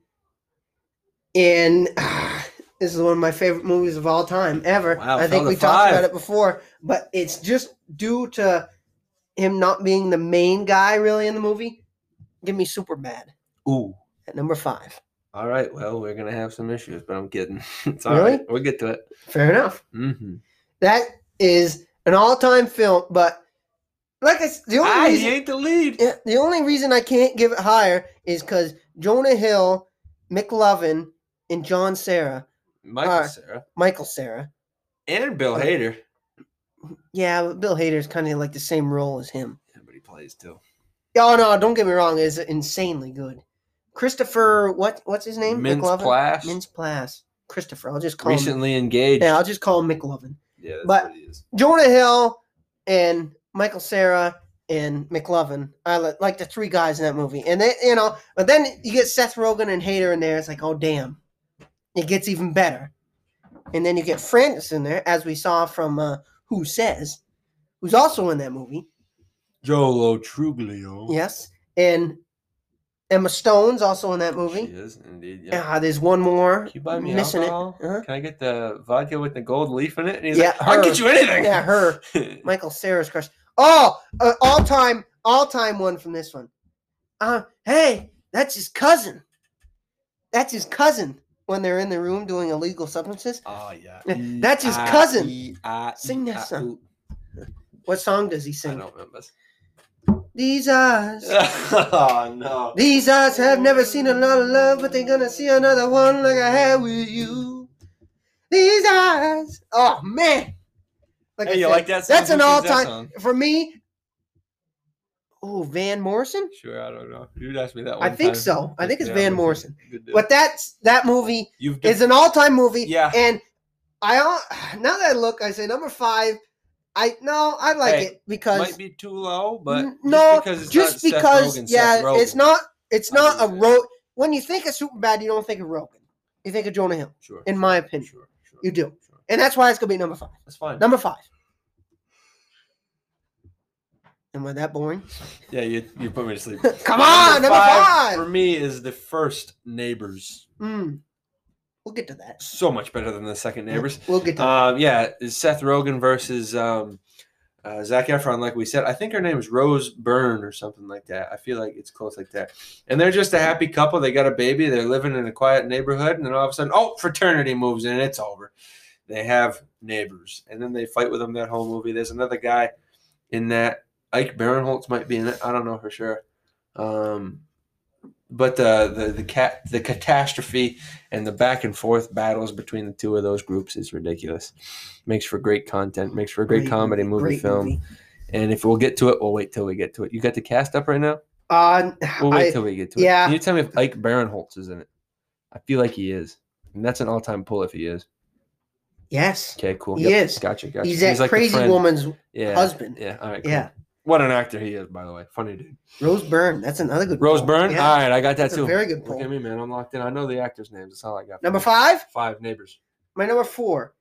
and <sighs> ah, this is one of my favorite movies of all time ever. Wow, I fell think to we talked five. about it before, but it's just due to him not being the main guy really in the movie. Give me super bad Ooh. at number five. All right. Well, we're gonna have some issues, but I'm kidding. <laughs> it's all Really? right. We'll get to it. Fair enough. Mm-hmm. That is an all-time film, but like I, s- the only Ah, he reason, ain't the lead. yeah, the only reason I can't give it higher is because Jonah Hill, McLovin, and John Sarah, Michael Alright. Sarah Michael Sarah. and Bill Hader. Yeah, but Bill Hader's kind of like the same role as him. Yeah, but he plays too. Oh no, don't get me wrong, is insanely good. Christopher, what what's his name? Mince Plash. Mince Plass. Christopher. I'll just call him. recently engaged. Yeah, I'll just call him McLovin. Yeah, that's But- what he is. Jonah Hill and Michael Sarah and McLovin. I li- like the three guys in that movie. And then, you know, but then you get Seth Rogen and Hader in there. It's like, oh, damn. It gets even better. And then you get Francis in there, as we saw from uh, Who Says, who's also in that movie. Jolo Truglio. Yes. And Emma Stone's also in that she movie. is indeed. Yeah. Ah, there's one more Can you buy me missing alcohol? it. Uh-huh. Can I get the vodka with the gold leaf in it? And he's Yeah, like, I'll her. get you anything. Yeah, her. <laughs> Michael Sarah's crush. Oh, uh, all time, all time one from this one. Uh, hey, that's his cousin. That's his cousin when they're in the room doing illegal substances. oh yeah. E Yeah, that's his cousin. E-I-E-I-E-I-O. Sing that song. What song does he I sing? don't remember. These eyes, oh no. these eyes have never seen another love, but they're gonna see another one like I had with you. These eyes. Oh man. Like Hey, you said, like that song? That's Who an all sings that time song? for me. Oh, Van Morrison. Sure, I don't know. You'd ask me that I one. think time. so. I think it's Yeah, Van but- Morrison. Good dude. But that's that movie You've is an all-time movie. uh, Yeah. And I al- now that I look, I say number five. I no, I like Hey, it because might be too low, but N- just no, because it's just not Seth because Rogen, Seth yeah, Rogen. it's not it's I not a mean, ro When you think of Superbad, you don't think of Rogan. You think of Jonah Hill, Sure, in my opinion. sure, sure, You do, sure. and that's why it's gonna be number five. That's fine. Number five. Am I that boring? Yeah, you you put me to sleep. <laughs> Come on, number five. for me is the first Neighbors. Mm. We'll get to that. So much better than the second Neighbors. We'll get to that. Um, yeah, is Seth Rogen versus um, uh, Zach Efron, like we said. I think her name is Rose Byrne or something like that. I feel like it's close like that. And they're just a happy couple. They got a baby. They're living in a quiet neighborhood. And then all of a sudden, oh, fraternity moves in. It's over. They have neighbors. And then they fight with them that whole movie. There's another guy in that. Ike Barinholtz might be in it. I don't know for sure. Um, but the, the the cat the catastrophe and the back and forth battles between the two of those groups is ridiculous. Makes for great content. Makes for a great, comedy movie great film. movie. And if we'll get to it, we'll wait till we get to it. You got the cast up right now. Uh, We'll wait I- till we get to it. yeah. Can you tell me if Ike Barinholtz is in it? I feel like he is, and that's an all-time pull if he is. yes, Okay, cool. He is. Gotcha. Gotcha. he's that like the crazy friend. woman's Yeah. husband. Yeah. All right. Cool. Yeah, What an actor he is, by the way. Funny dude. Rose Byrne. That's another good. Rose poll. Byrne. Ah, Yeah, All right, I got that that's too. a very good Look at poll. me, man. I'm locked in. I know the actors' names. That's all I got. Number five. Five neighbors. My number four.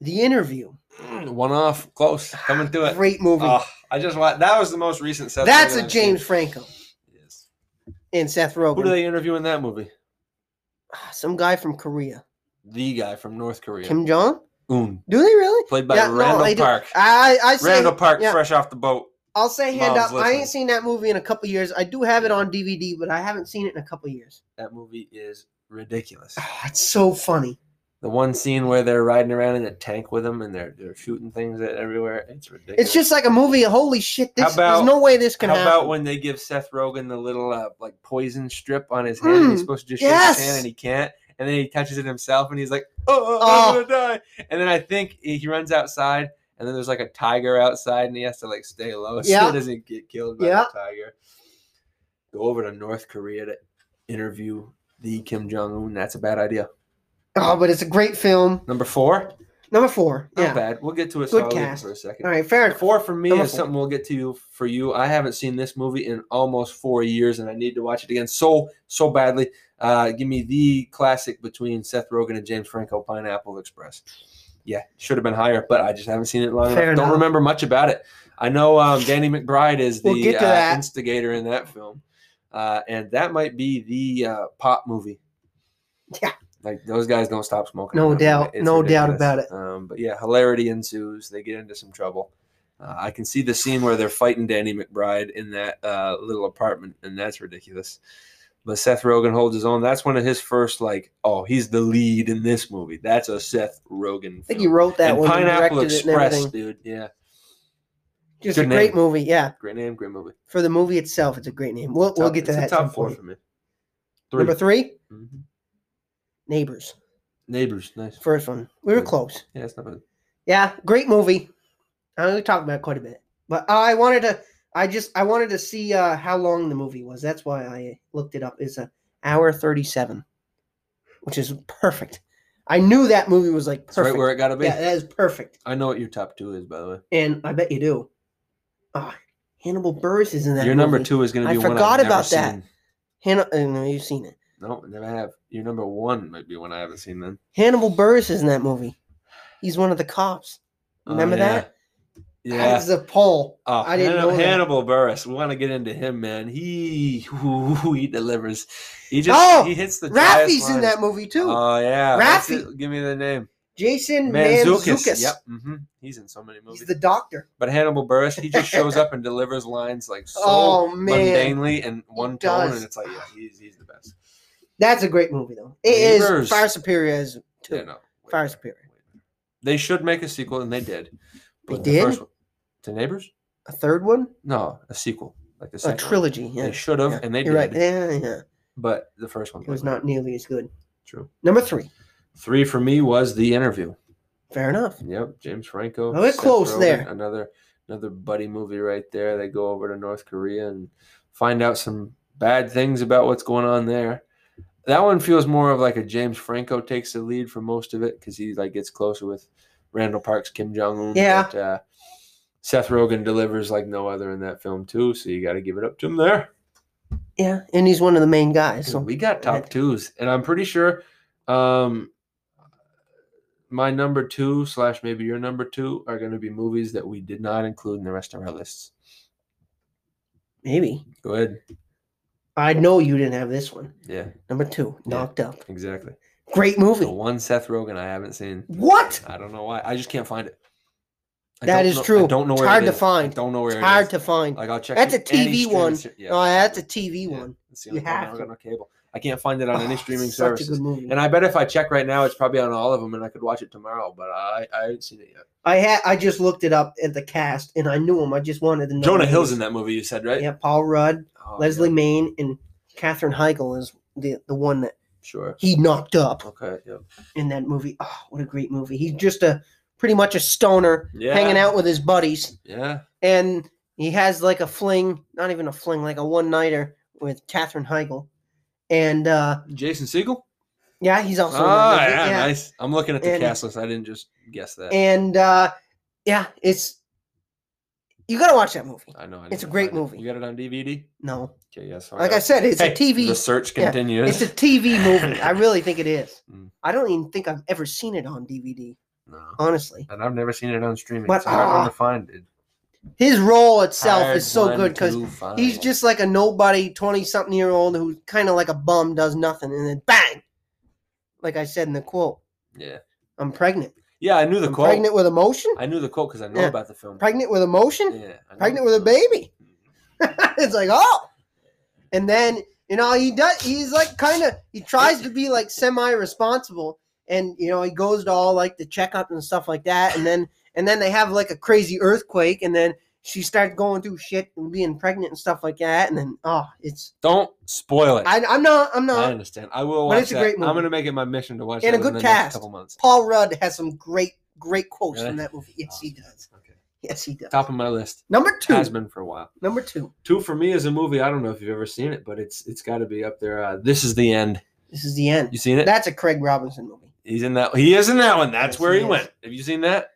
The interview. Mm, One off. Close. Coming through <sighs> it. Great movie. Oh, I just watched. That was the most recent. Seth That's Rogen a I've seen. James Franco Yes. and Seth Who do Rogen. Ah, they interview in that movie? Some guy from Korea. The guy from North Korea. Kim Jong? Un, Do they really? played by Yeah, no, Randall they do. Park. I I say, Randall Park, yeah. fresh off the boat. I'll say hand Mom's up. I listening. ain't seen that movie in a couple years. I do have it on DVD, but I haven't seen it in a couple years. That movie is ridiculous. Oh, it's so funny. The one scene where they're riding around in a tank with him and they're they're shooting things at everywhere. It's ridiculous. It's just like a movie. of, Holy shit! This How about- there's no way this can How happen. about when they give Seth Rogen the little uh, like poison strip on his hand? and he's Mm, supposed to just shake yes. his hand and he can't. And then he touches it himself and he's like, "Oh, oh, I'm gonna die!" And then I think he he runs outside and then there's like a tiger outside and he has to like stay low <laughs> so Yeah. he doesn't get killed by Yeah. the tiger. Go over to North Korea to interview the Kim Jong Un. That's a bad idea. oh, but it's a great film. Number four, Number four. not Yeah. bad. We'll get to it. Good so I'll leave it cast. for a second. All right. Fair Number enough. Four for me Number is four. something we'll get to for you. I haven't seen this movie in almost four years, and I need to watch it again so so badly. Uh, give me the classic between Seth Rogen and James Franco, Pineapple Express. Yeah, should have been higher, but I just haven't seen it long enough. Fair Don't enough. remember much about it. I know um, Danny McBride is the We'll get to uh, that. instigator in that film, uh, and that might be the uh, pop movie. Yeah. Like those guys don't stop smoking. No in that doubt. movie. It's No doubt about ridiculous. Um, but yeah, hilarity ensues. They get into some trouble. Uh, I can see the scene where they're fighting Danny McBride in that uh, little apartment, and that's ridiculous. But Seth Rogen holds his own. That's one of his first, like, oh, he's the lead in this movie. That's a Seth Rogen. I think film. he wrote that and one. and Pineapple directed it and Express, everything. dude. Yeah, Just Good a great name. movie. Yeah. great name, great movie. For the movie itself, it's a great name. We'll, we'll Top- get to it's a that. at top some four point. for me. Number three, Mhm. Neighbors. Neighbors, nice. First one. We were Good. close. Yeah, it's not bad. Yeah, great movie. I know we talked about it quite a bit, but I wanted to. I just I wanted to see uh, how long the movie was. That's why I looked it up. It's an hour thirty-seven, which is perfect. I knew that movie was like It's right perfect. where it gotta be. yeah, that is perfect. I know what your top two is, by the way. And I bet you do. Ah, Hannibal Burris is in that. Your number movie. two is going to I be one forgot I've about never that. Seen. Hanna- uh, no, you've seen it. No, never have. Your number one might be one I haven't seen then. Hannibal Burris is in that movie. He's one of the cops. Oh, Remember yeah. that? Yeah. That's a poll. oh, I didn't Hanna- know that. Hannibal Burris. We want to get into him, man. He <laughs> ooh, he delivers. He just Oh, he hits the driest Raffy's in lines. that movie too. Oh yeah, that's Raffi. it. Give me the name. Jason Manzukis. Manzukis. Yep. hmm He's in so many movies. He's the doctor. but Hannibal Burris, he just shows up and delivers lines like so oh man, mundanely and one tone, does. and it's like yeah, he's he's the best. that's a great movie though. It is Neighbors. far superior as two. Yeah, no. way far better. superior. They should make a sequel, and they did. But did? one, to Neighbors? A third one, No, a sequel, like the a second one. trilogy. Yeah, They should have, yeah. and they You're did. right. Yeah, yeah. But the first one It was wasn't not nearly as good. true. Number three. Three for me was the interview. Fair enough. Yep, James Franco. Oh, it's Seth close there. Another another buddy movie right there. They go over to North Korea and find out some bad things about what's going on there. That one feels more of like a James Franco takes the lead for most of it because he like gets closer with Randall Parks, Kim Jong Un. Yeah. But, uh, Seth Rogen delivers like no other in that film too, so you got to give it up to him there. Yeah, and he's one of the main guys. Dude, So we got top twos, and I'm pretty sure um, my number two slash maybe your number two are going to be movies that we did not include in the rest of our lists. maybe Go ahead. I know you didn't have this one. Yeah, Number two, Yeah. Knocked Up. exactly. Great The movie. one Seth Rogen I haven't seen. What? I don't know why. I just can't find it. I That don't is know- true. I don't know It's where hard it to is. find. I don't know where It's it hard is. to find. Like I'll check. That's through a TV any streaming one. ser- Yeah. No, that's a TV Yeah. one. It's the You only one I have don't to. got on cable. I can't find it on any Oh, streaming such a services. good movie. And I bet if I check right now, it's probably on all of them, and I could watch it tomorrow. But I, I haven't seen it yet. I had I just looked it up at the cast and I knew him. I just wanted to know. Jonah who Hill's he in that movie. You said right? was. Yeah, Paul Rudd, Oh, Leslie yeah. Mann, and Katherine Heigl is the the one that Sure. he knocked up Okay. Yeah. in that movie. Oh, what a great movie! He's just a pretty much a stoner yeah. hanging out with his buddies, Yeah. and he has like a fling, not even a fling, like a one nighter with Katherine Heigl, and uh Jason Segel. yeah, he's also in Ah, that movie, yeah, Nice. I'm looking at the And- cast list. I didn't just guess that. and uh yeah, it's you gotta watch that movie. I know. I it's didn't a great find it. movie. You got it on DVD? No, Okay. Yes. like I said, it's a TV. The search yeah, continues. It's a TV movie. <laughs> I really think it is. Mm. I don't even think I've ever seen it on DVD, no. honestly. And I've never seen it on streaming. But, it's a hard one ah, to find. It. His role itself is so good because he's just like a nobody, 20 something year old who's kind of like a bum, does nothing, and then bang! Like I said in the quote, yeah. I'm pregnant. Yeah, I knew the I'm quote. pregnant with emotion? I knew the quote because I know Yeah. about the film. Pregnant with emotion? Yeah, I know Pregnant with a the film. baby. <laughs> it's like, oh! And then, you know, he does, he's like kind of, he tries to be like semi responsible. and you know he goes to all like the checkup and stuff like that and then and then they have like a crazy earthquake and then she starts going through shit and being pregnant and stuff like that and then oh it's Don't spoil it. I, I, i'm not i'm not understand. I will But watch it's a that. great movie. I'm going to make it my mission to watch And that a within good the next cast. couple months. paul rudd has some great great quotes Really? from that movie yes he does Okay. yes he does Top of my list number two has been for a while. number two Two for me is a movie. I don't know if you've ever seen it, but it's it's got to be up there. Uh, this is the end. this is the end You seen it? that's a craig robinson movie He's in that. He is in that one. That's Yes, where he he is. went. Have you seen that?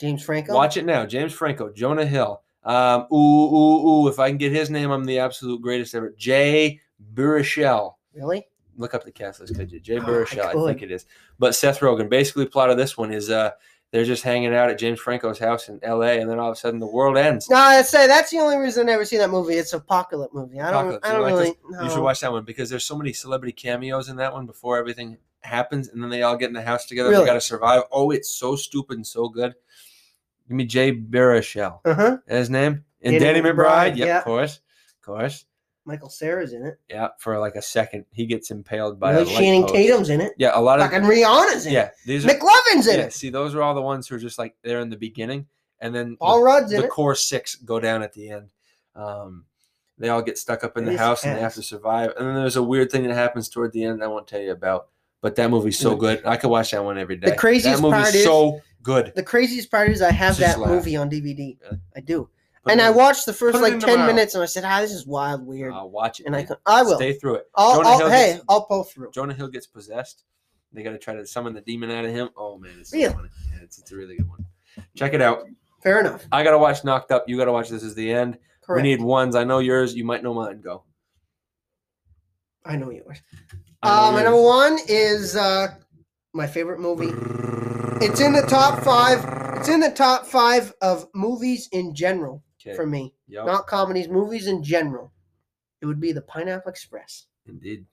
james franco Watch it now. James Franco, Jonah Hill. Um, ooh, ooh, ooh. If I can get his name, I'm the absolute greatest ever. Jay Burchell. really Look up the cast list, could you? Jay Oh, I Burchell, I, could. think it is. But Seth Rogen, basically, plot of this one is uh, they're just hanging out at James Franco's house in L.A. and then all of a sudden the world ends. no i say that's the only reason i never seen that movie it's an apocalypse movie i don't Apocalypse. i You don't like really this? You should no. watch that one because there's so many celebrity cameos in that one before everything happens, and then they all get in the house together. Really? They got to survive. Oh, it's so stupid and so good. Give me Jay Burchell. uh-huh Is his name? And Danny, Danny McBride, McBride. Yep, yeah. of course. Of course. michael sarah's in it Yeah, for like a second. He gets impaled by really? a light shannon post. tatum's in it Yeah, a lot of fucking rihanna's in it Yeah, these are McLovin's in yeah, it. see those are all the ones who are just like there in the beginning and then Paul the, Rudd's in the it. core six go down at the end. Um they all get stuck up in It the is house and they have fast. to survive. And then there's a weird thing that happens toward the end I won't tell you about. But that movie's so The- good. I could watch that one every day. Mm. the craziest that movie's part is- so good. The craziest part is I have It's just that laugh. movie on DVD. Really? I do, Put and it I in- watched the first it like in ten tomorrow. minutes, and I said, "Ah, this is wild, weird." I'll watch it. and I man. could, I will. stay through it. I'll, Jonah I'll, Hill hey, gets- I'll pull through. Jonah Hill gets possessed. They got to try to summon the demon out of him. Oh man, it's so Really? funny. Yeah, it's, it's a really good one. Check it out. Fair enough. I gotta watch Knocked Up. You gotta watch This Is the End. Correct. We need ones. I know yours. You might know mine. Go. I know yours. I Um, my number one is uh, my favorite movie. It's in the top five. It's in the top five of movies in general Okay. for me, Yep. not comedies. Movies in general. It would be The Pineapple Express. Indeed.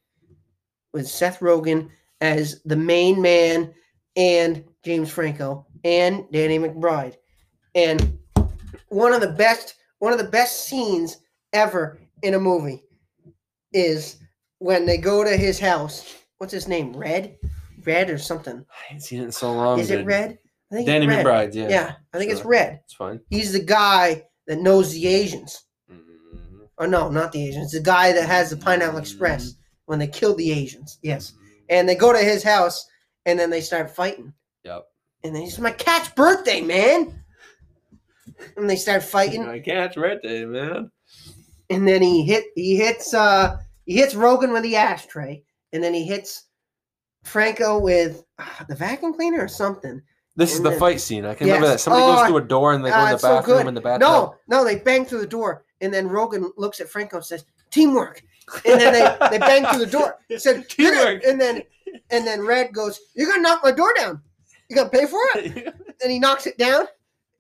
with Seth Rogen as the main man and James Franco and Danny McBride. And one of the best one of the best scenes ever in a movie is when they go to his house. What's his name? Red? Red or something. I haven't seen it in so long. is it dude. red? I think Um, Danny McBride. Yeah. Yeah, I think it's sure. red. It's fine. He's the guy that knows the Asians. Mhm. Oh no, not the Asians. The guy that has the Pineapple Mm. Express when they kill the Asians. Yes and they go to his house and then they start fighting. Yep. And then he's my cat's birthday, man. And they start fighting, I can't read that, man. and then he hit he hits uh he hits Rogan with the ashtray, and then he hits Franco with uh, the vacuum cleaner or something. This is the Amen. fight scene. I can remember Yes. that. Somebody Oh, goes through a door and they go Ah, in the it's so bathroom good. in the bathtub. No, no, they bang through the door, and then Rogan looks at Franco and says, "Teamwork." And then they, they bang through the door. Said, "You're gonna-" Teamwork. And then and then Red goes, "You're gonna knock my door down. You gonna pay for it?" <laughs> And he knocks it down,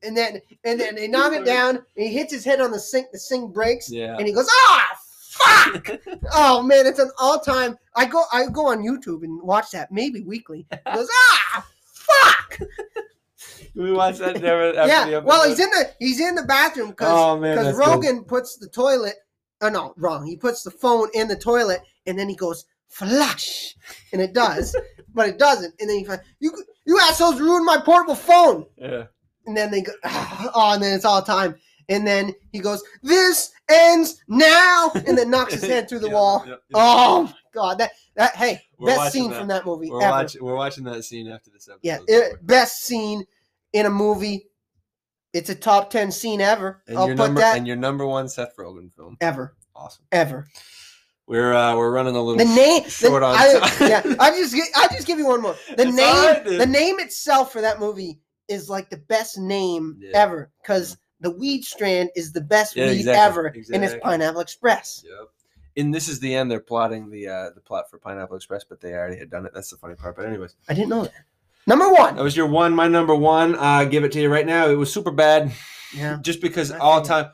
and then and then they knock it down, and he hits his head on the sink. The sink breaks, yeah. and he goes, "Ah, <laughs> fuck!" oh man, it's an all-time. I go I go on YouTube and watch that maybe weekly. <laughs> He goes, "Ah, fuck!" we watch that never after the yeah. episode? Well, he's in the he's in the bathroom because Oh man, that's because good. Rogan puts the toilet. Oh no, wrong. He puts the phone in the toilet, and then he goes flush, and it does, <laughs> but it doesn't. And then he finds you you assholes ruined my portable phone. Yeah. And then they go, <sighs> oh, and then it's all time. And then he goes, this ends now, and then knocks his head through <laughs> the Yeah, wall. yeah. Oh my god, that that hey, We're best watching scene that. from that movie We're ever. watching. We're watching that scene after this episode. Yeah, it, best scene in a movie. It's a top ten scene ever. and I'll your put number that and your number one Seth Rogen film. ever, Awesome. ever. We're uh, we're running a little. The name, the- short on I, time. <laughs> yeah. I just, gi- I just give you one more. The It's all right, name, dude. the name itself for that movie is like the best name Yeah. ever because the weed strand is the best Yeah, weed exactly, ever, and it's exactly. Pineapple Express. Yep. And this is the end. They're plotting the uh, the plot for Pineapple Express, but they already had done it. That's the funny part. But anyways, I didn't know that. Number one. that was your one. My number one. Uh, give it to you right now. It was super bad. Yeah. Just because I all figured. time,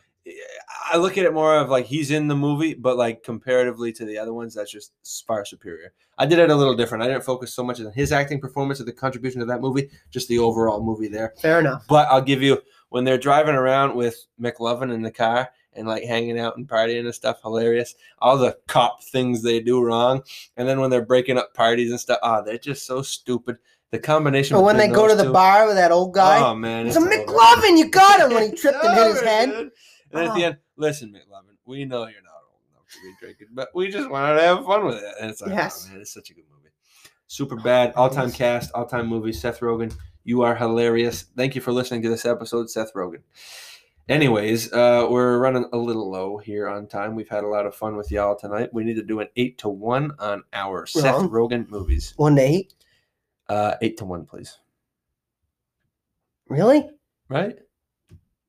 I look at it more of like he's in the movie, but like comparatively to the other ones, that's just far superior. I did it a little different. I didn't focus so much on his acting performance or the contribution to that movie, just the overall movie there. Fair enough. But I'll give you when they're driving around with McLovin in the car and like hanging out and partying and stuff, hilarious. All the cop things they do wrong, and then when they're breaking up parties and stuff, ah, they're just so stupid. The combination. But when they between go to those the two- bar with that old guy, oh man, it's a over. McLovin. You got <laughs> him when he tripped and hit his over, head. Oh. dude. And at the end, listen, McLovin, we know you're not old enough to be drinking, but we just wanted to have fun with it. And it's like, Yes. Oh, oh, man, it's such a good movie. Super bad, all time Yes. cast, all time movie. Seth Rogen, you are hilarious. Thank you for listening to this episode, Seth Rogen. Anyways, uh, we're running a little low here on time. We've had a lot of fun with y'all tonight. We need to do an eight to one on our Seth Wrong. Rogen movies. One to eight. Uh, eight to one, please. Really? Right?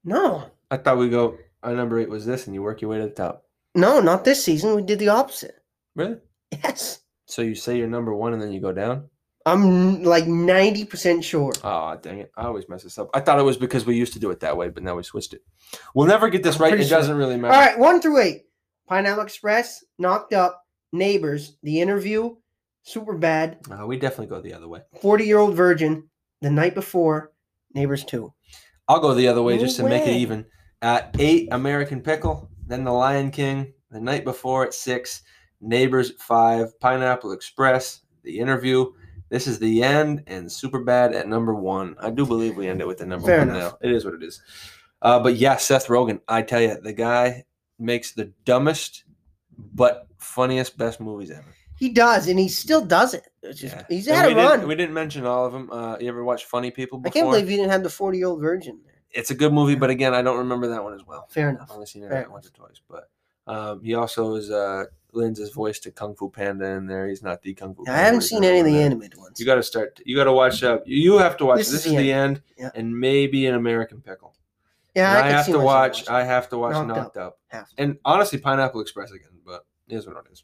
No. I thought we go. Our number eight was this, and you work your way to the top. No, not this season. We did the opposite. Really? Yes. So you say you're number one and then you go down? I'm like 90% sure. Oh, dang it. I always mess this up. I thought it was because we used to do it that way, but now we switched it. We'll never get this right. pretty It sure. doesn't really All matter. right, one through eight. Pineapple Express, Knocked Up, Neighbors, The Interview, Super Bad, Uh, we definitely go the other way. 40 Year Old Virgin, The Night Before, Neighbors 2. I'll go the other way No just to make it way. even. At eight, American Pickle, then The Lion King, the night before at six, Neighbors at five, Pineapple Express, The Interview. This is the end, and Super Bad at number one. I do believe we end it with the number Fair one enough. now. It is what it is. Uh, but yeah, Seth Rogen, I tell you, the guy makes the dumbest but funniest best movies ever. He does, and he still does it. It's just, Yeah. He's And had we a didn't- run. We didn't mention all of them. Uh, you ever watch Funny People I before? can't believe you didn't have the 40 Year Old Virgin. there. it's a good movie, but again, I don't remember that one as well. Fair enough. I've only seen it Fair like once or twice, but um, he also is uh, lends his voice to Kung Fu Panda in there. He's not the Kung Fu. I Panda haven't he's seen another any of one the there. animated ones. You got to start. You got to watch up. You have to watch. This, is, the end, Yeah. and maybe an American Pickle. yeah, And could have see to myself watch. watching I have to watch Knocked, Knocked Up. half. and honestly, Pineapple Express again. But it is what it is.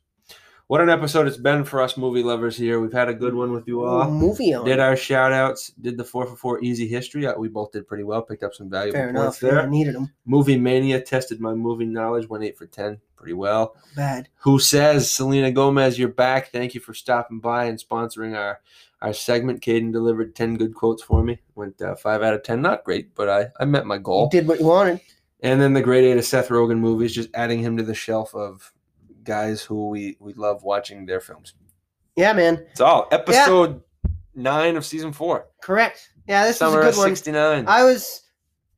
What an episode it's been for us movie lovers here. We've had a good one with you all. movie on. uh, Did our shout outs, did the four for four easy history. Uh, We both did pretty well, picked up some valuable Fair points enough. there. Yeah, I needed them Movie Mania tested my movie knowledge, went eight for 10, pretty well. bad. Who says, Selena Gomez, you're back. Thank you for stopping by and sponsoring our, our segment. Caden delivered 10 good quotes for me, went uh, five out of 10. Not great, but I, I met my You goal. did what you wanted. And then the great eight of Seth Rogen movies, just adding him to the shelf of guys who we, we love watching their films. Yeah, man. It's all episode nine of season four, Correct. Yeah, this summer was a of good one. 69. I was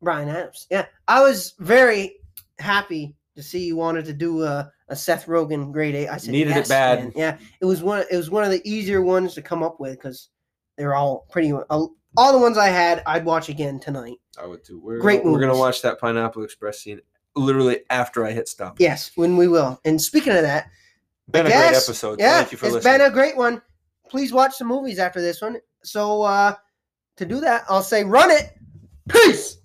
Brian Adams. Yeah, I was very happy to see you wanted to do a, a Seth Rogen grade eight. I said Needed it "Yes, bad." man." Yeah, it was one. It was one of the easier ones to come up with because they're all pretty. All all the ones I had, I'd watch again tonight. I would too. We're, Great We're gonna movies. watch that Pineapple Express scene literally after I hit stop. Yes, when we will. And speaking of that, been a great Yes. episode. yeah, Thank you it's for listening. been a great one. Please watch some movies after this one. So uh To do that, I'll say, run it. Peace.